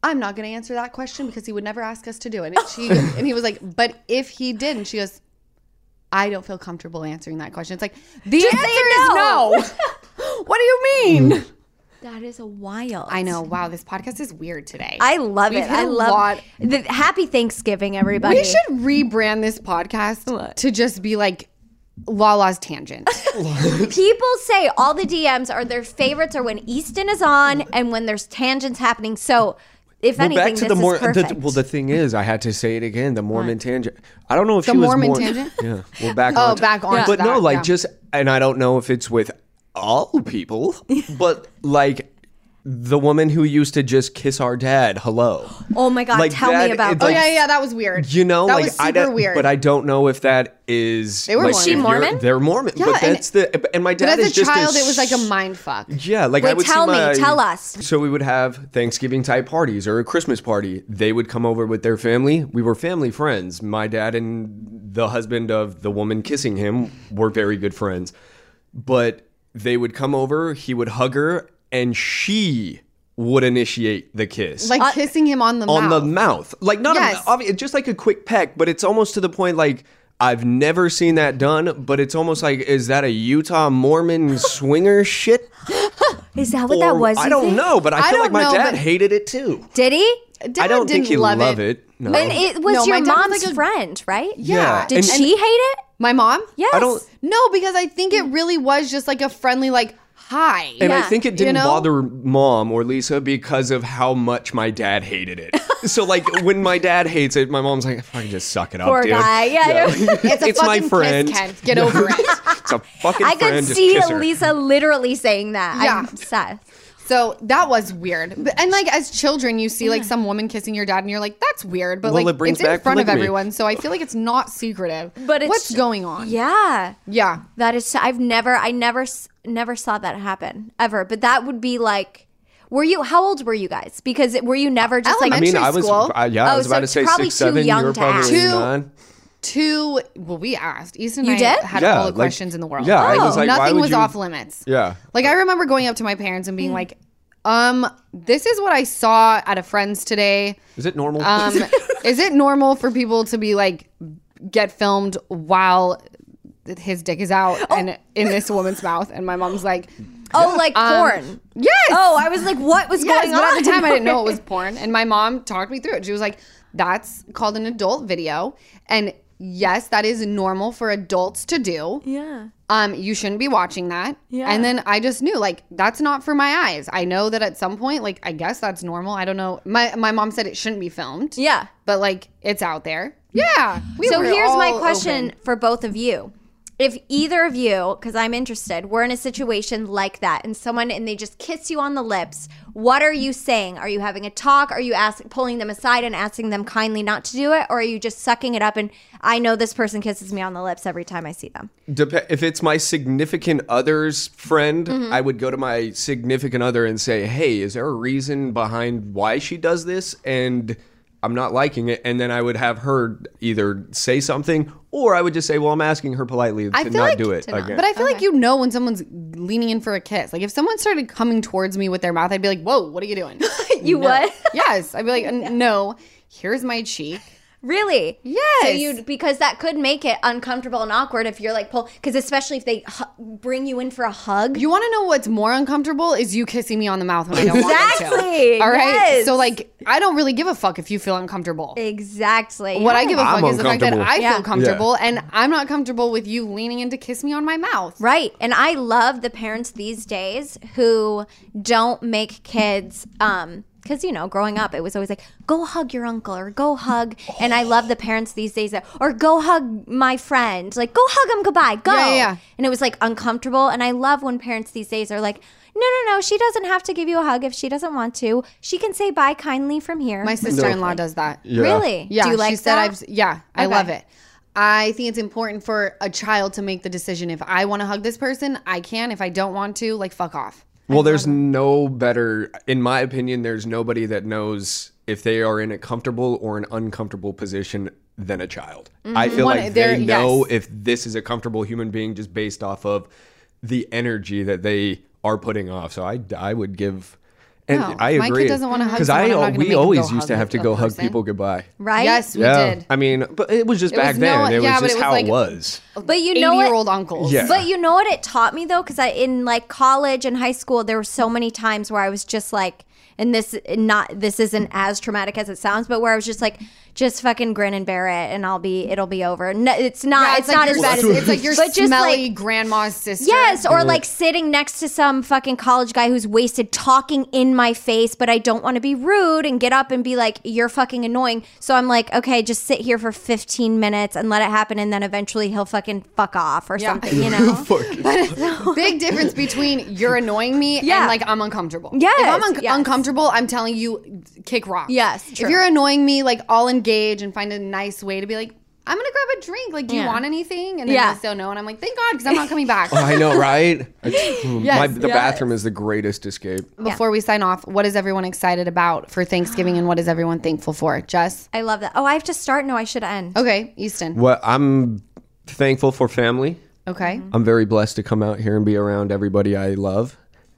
[SPEAKER 1] I'm not going to answer that question because he would never ask us to do it. And, she, and he was like, But if he did, and she goes, I don't feel comfortable answering that question. It's like, the answer is
[SPEAKER 2] no.
[SPEAKER 1] no. what do you mean?
[SPEAKER 2] That is a wild.
[SPEAKER 1] I know. Wow, this podcast is weird today.
[SPEAKER 2] I love
[SPEAKER 1] We've
[SPEAKER 2] it.
[SPEAKER 1] hit
[SPEAKER 2] I
[SPEAKER 1] a
[SPEAKER 2] love
[SPEAKER 1] lot.
[SPEAKER 2] The, happy Thanksgiving, everybody.
[SPEAKER 1] we should rebrand this podcast to just be like Lala's tangent.
[SPEAKER 2] People say all the DMs are their favorites are when Easton is on and when there's tangents happening. So, if
[SPEAKER 3] Well, back
[SPEAKER 2] anything,
[SPEAKER 3] to
[SPEAKER 2] this
[SPEAKER 3] the
[SPEAKER 2] is
[SPEAKER 3] Mor-
[SPEAKER 2] perfect.
[SPEAKER 3] the, well, the thing is, I had to say it again. The Mormon tangent. I don't know if she was
[SPEAKER 1] Mormon
[SPEAKER 3] Mor-
[SPEAKER 1] tangent?
[SPEAKER 3] Yeah, we're back.
[SPEAKER 1] Oh,
[SPEAKER 3] on to-
[SPEAKER 1] back onto
[SPEAKER 3] But no,
[SPEAKER 1] that,
[SPEAKER 3] like
[SPEAKER 1] yeah.
[SPEAKER 3] just, and I don't know if it's with all people, but like the woman who used to just kiss our dad. Hello.
[SPEAKER 2] oh my God,
[SPEAKER 3] like
[SPEAKER 2] tell
[SPEAKER 3] that-
[SPEAKER 2] me about
[SPEAKER 3] it's
[SPEAKER 2] that.
[SPEAKER 1] oh
[SPEAKER 3] like-
[SPEAKER 1] yeah, yeah, that was weird.
[SPEAKER 3] You know,
[SPEAKER 1] that
[SPEAKER 3] like
[SPEAKER 1] was
[SPEAKER 3] I
[SPEAKER 1] super
[SPEAKER 3] don't,
[SPEAKER 1] weird.
[SPEAKER 3] but I don't know if that is.
[SPEAKER 1] They were
[SPEAKER 3] like,
[SPEAKER 1] Mormon. She
[SPEAKER 3] if you're-
[SPEAKER 2] Mormon?
[SPEAKER 3] They're Mormon,
[SPEAKER 1] Yeah,
[SPEAKER 3] but
[SPEAKER 1] and-
[SPEAKER 3] that's the. And my dad
[SPEAKER 1] But
[SPEAKER 3] is
[SPEAKER 1] as a
[SPEAKER 3] just
[SPEAKER 1] child, it was like a
[SPEAKER 3] sh-
[SPEAKER 1] mind fuck.
[SPEAKER 3] yeah, like I
[SPEAKER 2] Wait,
[SPEAKER 3] would see
[SPEAKER 2] tell me,
[SPEAKER 3] my-
[SPEAKER 2] tell us.
[SPEAKER 3] So we would have Thanksgiving type parties or a Christmas party. They would come over with their family. We were family friends. My dad and the husband of the woman kissing him were very good friends. But they would come over, he would hug her, and she would initiate the kiss.
[SPEAKER 1] Like kissing him on the
[SPEAKER 3] on
[SPEAKER 1] mouth.
[SPEAKER 3] the mouth. Like not
[SPEAKER 1] Yes.
[SPEAKER 3] a, obvi- just like a quick peck, but it's almost to the point like I've never seen that done, but it's almost like is that a Utah Mormon swinger shit?
[SPEAKER 2] Is that what that
[SPEAKER 3] Or-
[SPEAKER 2] was?
[SPEAKER 3] I
[SPEAKER 2] you
[SPEAKER 3] don't
[SPEAKER 2] think?
[SPEAKER 3] know, but I,
[SPEAKER 1] I
[SPEAKER 3] feel like
[SPEAKER 1] don't
[SPEAKER 3] my
[SPEAKER 1] know,
[SPEAKER 3] dad
[SPEAKER 1] but-
[SPEAKER 3] hated it too.
[SPEAKER 2] Did he?
[SPEAKER 1] Dad
[SPEAKER 3] I don't think
[SPEAKER 1] didn't
[SPEAKER 3] he
[SPEAKER 1] love
[SPEAKER 3] loved
[SPEAKER 1] it.
[SPEAKER 3] it. No.
[SPEAKER 2] And it was
[SPEAKER 1] No, my
[SPEAKER 2] your
[SPEAKER 1] dad was
[SPEAKER 2] mom's
[SPEAKER 1] like a-
[SPEAKER 2] friend, right?
[SPEAKER 3] Yeah,
[SPEAKER 2] Did
[SPEAKER 3] and-
[SPEAKER 2] she hate it?
[SPEAKER 1] My mom?
[SPEAKER 2] Yes.
[SPEAKER 3] I don't-
[SPEAKER 1] No, because I think it really was just like a friendly, like, hi.
[SPEAKER 3] and I
[SPEAKER 2] yeah,
[SPEAKER 3] think it didn't
[SPEAKER 1] know?
[SPEAKER 3] bother mom or Lisa because of how much my dad hated it. so like when my dad hates it, my mom's like, "Fucking just suck it up,
[SPEAKER 2] Poor
[SPEAKER 3] dude."
[SPEAKER 2] guy. Yeah.
[SPEAKER 1] it's a fucking kiss, Kent. Get over it.
[SPEAKER 3] It's a fucking
[SPEAKER 2] I
[SPEAKER 3] friend.
[SPEAKER 2] could
[SPEAKER 3] Just
[SPEAKER 2] see
[SPEAKER 3] kiss her.
[SPEAKER 2] Lisa literally saying that.
[SPEAKER 1] Yeah.
[SPEAKER 2] I'm obsessed.
[SPEAKER 1] So that was weird. But- And like as children, you see like some woman kissing your dad, and you're like, that's weird. But
[SPEAKER 3] Well,
[SPEAKER 1] like
[SPEAKER 3] it brings
[SPEAKER 1] it's in
[SPEAKER 3] back
[SPEAKER 1] front of
[SPEAKER 3] polygamy.
[SPEAKER 1] everyone, so I feel like it's not secretive.
[SPEAKER 2] But it's-
[SPEAKER 1] what's going on?
[SPEAKER 2] Yeah.
[SPEAKER 1] Yeah.
[SPEAKER 2] That is, I've never, I never, s- never saw that happen ever. But that would be like, were you? How old were you guys? Because it- were you never just
[SPEAKER 3] I
[SPEAKER 2] like?
[SPEAKER 3] mean,
[SPEAKER 1] Elementary
[SPEAKER 3] I was
[SPEAKER 1] school.
[SPEAKER 3] I, yeah, I
[SPEAKER 2] Oh,
[SPEAKER 3] was
[SPEAKER 2] so
[SPEAKER 3] about to
[SPEAKER 2] it's
[SPEAKER 3] say
[SPEAKER 2] probably
[SPEAKER 3] six, seven.
[SPEAKER 2] too young
[SPEAKER 3] you were
[SPEAKER 2] to
[SPEAKER 3] probably
[SPEAKER 2] ask.
[SPEAKER 1] Too-
[SPEAKER 3] nine.
[SPEAKER 1] Two. Well, we asked. Easton and
[SPEAKER 2] You
[SPEAKER 1] I
[SPEAKER 2] did?
[SPEAKER 1] had
[SPEAKER 3] Yeah,
[SPEAKER 1] all the
[SPEAKER 3] like-
[SPEAKER 1] questions in the world.
[SPEAKER 3] yeah, I was Oh. like, why
[SPEAKER 1] nothing
[SPEAKER 3] would
[SPEAKER 1] was
[SPEAKER 3] you-
[SPEAKER 1] off limits.
[SPEAKER 3] Yeah.
[SPEAKER 1] Like I remember going up to my parents and
[SPEAKER 2] Hmm.
[SPEAKER 1] being like, um, this is what I saw at a friend's today.
[SPEAKER 3] Is it normal?
[SPEAKER 1] Um, is it normal for people to be like get filmed while his dick is out and in this woman's mouth? And my mom's like,
[SPEAKER 2] Oh, like porn.
[SPEAKER 1] Yes.
[SPEAKER 2] Oh, I was like, what was
[SPEAKER 1] Um, yes,
[SPEAKER 2] going
[SPEAKER 1] but
[SPEAKER 2] on?
[SPEAKER 1] at the time I didn't know it was porn. And my mom talked me through it. She was like, that's called an adult video. And yes, that is normal for adults to do.
[SPEAKER 2] Yeah.
[SPEAKER 1] Um, you shouldn't be watching that.
[SPEAKER 2] Yeah.
[SPEAKER 1] And then I just knew, like, that's not for my eyes. I know that at some point, like, I guess that's normal. I don't know. My my mom said it shouldn't be filmed.
[SPEAKER 2] Yeah.
[SPEAKER 1] But like it's out there. Yeah. We
[SPEAKER 2] so
[SPEAKER 1] were
[SPEAKER 2] here's my
[SPEAKER 1] all
[SPEAKER 2] question
[SPEAKER 1] open.
[SPEAKER 2] for both of you. If either of you, because I'm interested, were in a situation like that and someone and they just kiss you on the lips, what are you saying? Are you having a talk? Are you ask, pulling them aside and asking them kindly not to do it? Or are you just sucking it up and I know this person kisses me on the lips every time I see them?
[SPEAKER 3] Dep- if it's my significant other's friend,
[SPEAKER 1] Mm-hmm.
[SPEAKER 3] I would go to my significant other and say, "Hey, is there a reason behind why she does this?" And I'm not liking it, and then I would have her either say something, or I would just say, "Well, I'm asking her politely to
[SPEAKER 1] feel
[SPEAKER 3] not
[SPEAKER 1] like
[SPEAKER 3] do it
[SPEAKER 1] to not.
[SPEAKER 3] again."
[SPEAKER 1] But I feel like you know when someone's leaning in for a kiss. Like if someone started coming towards me with their mouth, I'd be like, "Whoa, what are you doing?"
[SPEAKER 2] You would?
[SPEAKER 1] yes, I'd be like, "N- "No, here's my cheek."
[SPEAKER 2] Really? So
[SPEAKER 1] Yes.
[SPEAKER 2] you because that could make it uncomfortable and awkward if you're like pull because especially if they hu- bring you in for a hug.
[SPEAKER 1] You want to know what's more uncomfortable is you kissing me on the mouth when I don't want you to.
[SPEAKER 2] Exactly,
[SPEAKER 1] All right.
[SPEAKER 2] yes.
[SPEAKER 1] So like, I don't really give a fuck if you feel uncomfortable.
[SPEAKER 2] exactly.
[SPEAKER 1] What I give a
[SPEAKER 3] I'm
[SPEAKER 1] fuck is the fact that I
[SPEAKER 3] uncomfortable.
[SPEAKER 2] Yeah.
[SPEAKER 1] feel comfortable, and I'm not comfortable with you leaning in to kiss me on my mouth.
[SPEAKER 2] Right. And I love the parents these days who don't make kids um because you know, growing up, it was always like, "Go hug your uncle," or "Go hug," and I love the parents these days that, or "Go hug my friend," like "Go hug him goodbye, go."
[SPEAKER 1] Yeah, yeah, yeah.
[SPEAKER 2] And it was like uncomfortable, and I love when parents these days are like, "No, no, no, she doesn't have to give you a hug if she doesn't want to. She can say bye kindly from here."
[SPEAKER 1] My sister-in-law does that.
[SPEAKER 3] Yeah.
[SPEAKER 2] Really?
[SPEAKER 1] Yeah,
[SPEAKER 2] Do you like
[SPEAKER 1] she said
[SPEAKER 2] that?
[SPEAKER 1] I've yeah, I love it. I think it's important for a child to make the decision if I want to hug this person, I can. If I don't want to, like fuck off.
[SPEAKER 3] Well, there's no better, in my opinion, there's nobody that knows if they are in a comfortable or an uncomfortable position than a child. I feel
[SPEAKER 1] Mm-hmm. One-
[SPEAKER 3] like
[SPEAKER 1] they're-
[SPEAKER 3] they know
[SPEAKER 1] yes.
[SPEAKER 3] if this is a comfortable human being just based off of the energy that they are putting off. So I, I would give, and
[SPEAKER 1] No,
[SPEAKER 3] I
[SPEAKER 1] my kid
[SPEAKER 3] agree.
[SPEAKER 1] doesn't wanna hug someone,
[SPEAKER 3] I,
[SPEAKER 1] I'm not gonna
[SPEAKER 3] we
[SPEAKER 1] make him
[SPEAKER 3] always
[SPEAKER 1] go
[SPEAKER 3] used to
[SPEAKER 1] hug
[SPEAKER 3] have to
[SPEAKER 1] a
[SPEAKER 3] go hug
[SPEAKER 1] person.
[SPEAKER 3] people goodbye.
[SPEAKER 2] right?
[SPEAKER 1] Yes, we did.
[SPEAKER 3] I mean, but it was just back
[SPEAKER 1] was
[SPEAKER 3] then.
[SPEAKER 1] no-
[SPEAKER 3] it
[SPEAKER 1] yeah,
[SPEAKER 3] was
[SPEAKER 1] but
[SPEAKER 3] just
[SPEAKER 1] it was
[SPEAKER 3] how
[SPEAKER 1] like- Oh.
[SPEAKER 3] it was.
[SPEAKER 2] But you know, it-
[SPEAKER 1] 80-year-old uncles.
[SPEAKER 3] Yeah.
[SPEAKER 2] But you know what it taught me though, because I in like college and high school, there were so many times where I was just like, and this not this isn't as traumatic as it sounds, but where I was just like, just fucking grin and bear it, and I'll be it'll be over. No, it's not.
[SPEAKER 1] Yeah,
[SPEAKER 2] it's, not
[SPEAKER 1] your-
[SPEAKER 2] as bad as
[SPEAKER 1] It's like your
[SPEAKER 2] but just
[SPEAKER 1] smelly
[SPEAKER 2] like.
[SPEAKER 1] grandma's sister.
[SPEAKER 2] Yes, or like sitting next to some fucking college guy who's wasted talking in my face, but I don't want to be rude and get up and be like, you're fucking annoying. So I'm like, okay, just sit here for 15 minutes and let it happen. And then eventually he'll fucking fuck off or something, you know?
[SPEAKER 1] Big difference between you're annoying me
[SPEAKER 2] Yeah.
[SPEAKER 1] and like I'm uncomfortable.
[SPEAKER 2] Yes,
[SPEAKER 1] If I'm un-
[SPEAKER 2] yes.
[SPEAKER 1] uncomfortable, I'm telling you, kick rock.
[SPEAKER 2] Yes,
[SPEAKER 1] If
[SPEAKER 2] true.
[SPEAKER 1] you're annoying me, like I'll engage and find a nice way to be like, I'm gonna grab a drink. Like, do
[SPEAKER 2] Yeah.
[SPEAKER 1] you want anything? And then
[SPEAKER 2] Yeah.
[SPEAKER 1] they still no, and I'm like, thank God, because I'm not coming back.
[SPEAKER 3] I know, right? I- my, the
[SPEAKER 2] yes.
[SPEAKER 3] bathroom is the greatest escape.
[SPEAKER 1] Before we sign off, what is everyone excited about for Thanksgiving and what is everyone thankful for? Jess.
[SPEAKER 2] I love that. Oh, I have to start. No, I should end.
[SPEAKER 1] Okay, Easton.
[SPEAKER 3] Well, I'm thankful for family.
[SPEAKER 1] Okay.
[SPEAKER 2] Mm-hmm.
[SPEAKER 3] I'm very blessed to come out here and be around everybody I love.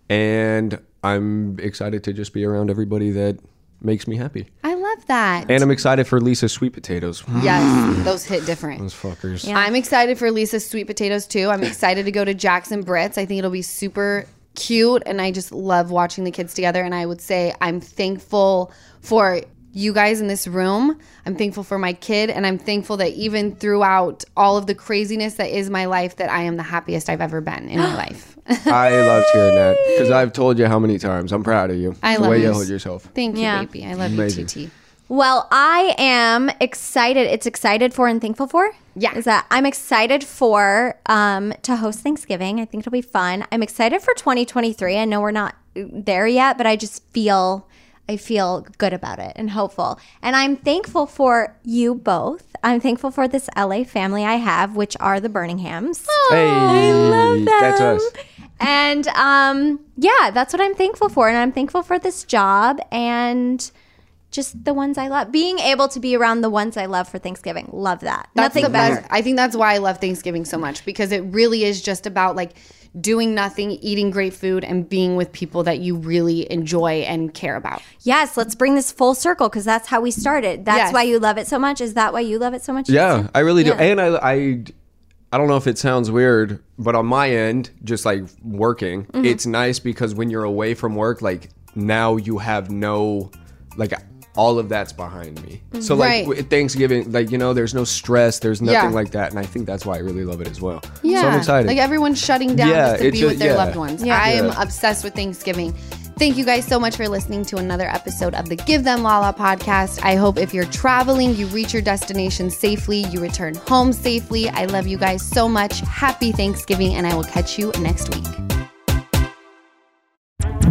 [SPEAKER 3] And I'm excited to just be around everybody that makes me happy.
[SPEAKER 1] I love that.
[SPEAKER 3] And I'm excited for Lisa's sweet potatoes.
[SPEAKER 1] yes, those hit different.
[SPEAKER 3] Those fuckers.
[SPEAKER 1] I'm excited for Lisa's sweet potatoes too. I'm excited to go to Jackson Brits. I think it'll be super cute and I just love watching the kids together and I would say I'm thankful for you guys in this room. I'm thankful for my kid and I'm thankful that even throughout all of the craziness that is my life that I am the happiest I've ever been in my life.
[SPEAKER 3] I loved hearing that because I've told you how many times. I'm proud of you.
[SPEAKER 1] I
[SPEAKER 3] the
[SPEAKER 1] love
[SPEAKER 3] way you
[SPEAKER 1] you.
[SPEAKER 3] hold yourself.
[SPEAKER 1] Thank you,
[SPEAKER 2] Yeah.
[SPEAKER 1] baby. I love
[SPEAKER 3] Amazing.
[SPEAKER 1] you, TT.
[SPEAKER 2] Well, I am excited. It's excited for and thankful for.
[SPEAKER 1] Yeah.
[SPEAKER 2] Is that I'm excited for um to host Thanksgiving. I think it'll be fun. I'm excited for 2023. I know we're not uh, there yet, but I just feel I feel good about it and hopeful. And I'm thankful for you both. I'm thankful for this LA family I have, which are the Birminghams.
[SPEAKER 3] Hey, Oh, I love
[SPEAKER 2] them.
[SPEAKER 3] That's us.
[SPEAKER 2] And um, yeah, that's what I'm thankful for. And I'm thankful for this job and just the ones I love. Being able to be around the ones I love for Thanksgiving. Love that.
[SPEAKER 1] That's
[SPEAKER 2] Nothing
[SPEAKER 1] the
[SPEAKER 2] better.
[SPEAKER 1] best. I think that's why I love Thanksgiving so much because it really is just about like doing nothing, eating great food, and being with people that you really enjoy and care about.
[SPEAKER 2] Yes, let's bring this full circle because that's how we started. That's
[SPEAKER 1] Yes.
[SPEAKER 2] why you love it so much. Is that why you love it so much?
[SPEAKER 3] Yeah, I really do. And I, I, I don't know if it sounds weird, but on my end, just like working,
[SPEAKER 1] Mm-hmm.
[SPEAKER 3] it's nice because when you're away from work, like now you have no, like all of that's behind me. So
[SPEAKER 1] Mm-hmm.
[SPEAKER 3] like
[SPEAKER 1] Right.
[SPEAKER 3] w- Thanksgiving, like you know, there's no stress, there's nothing
[SPEAKER 1] Yeah.
[SPEAKER 3] like that, and I think that's why I really love it as well.
[SPEAKER 1] Yeah.
[SPEAKER 3] so I'm excited.
[SPEAKER 1] Like everyone's shutting down
[SPEAKER 3] Yeah,
[SPEAKER 1] just to
[SPEAKER 3] it
[SPEAKER 1] be
[SPEAKER 3] ju-
[SPEAKER 1] with their
[SPEAKER 3] yeah.
[SPEAKER 1] loved ones.
[SPEAKER 2] Yeah.
[SPEAKER 1] I am
[SPEAKER 3] Yeah.
[SPEAKER 1] obsessed with Thanksgiving. Thank you guys so much for listening to another episode of the Give Them Lala podcast. I hope if you're traveling, you reach your destination safely, you return home safely. I love you guys so much. Happy Thanksgiving, and I will catch you next week.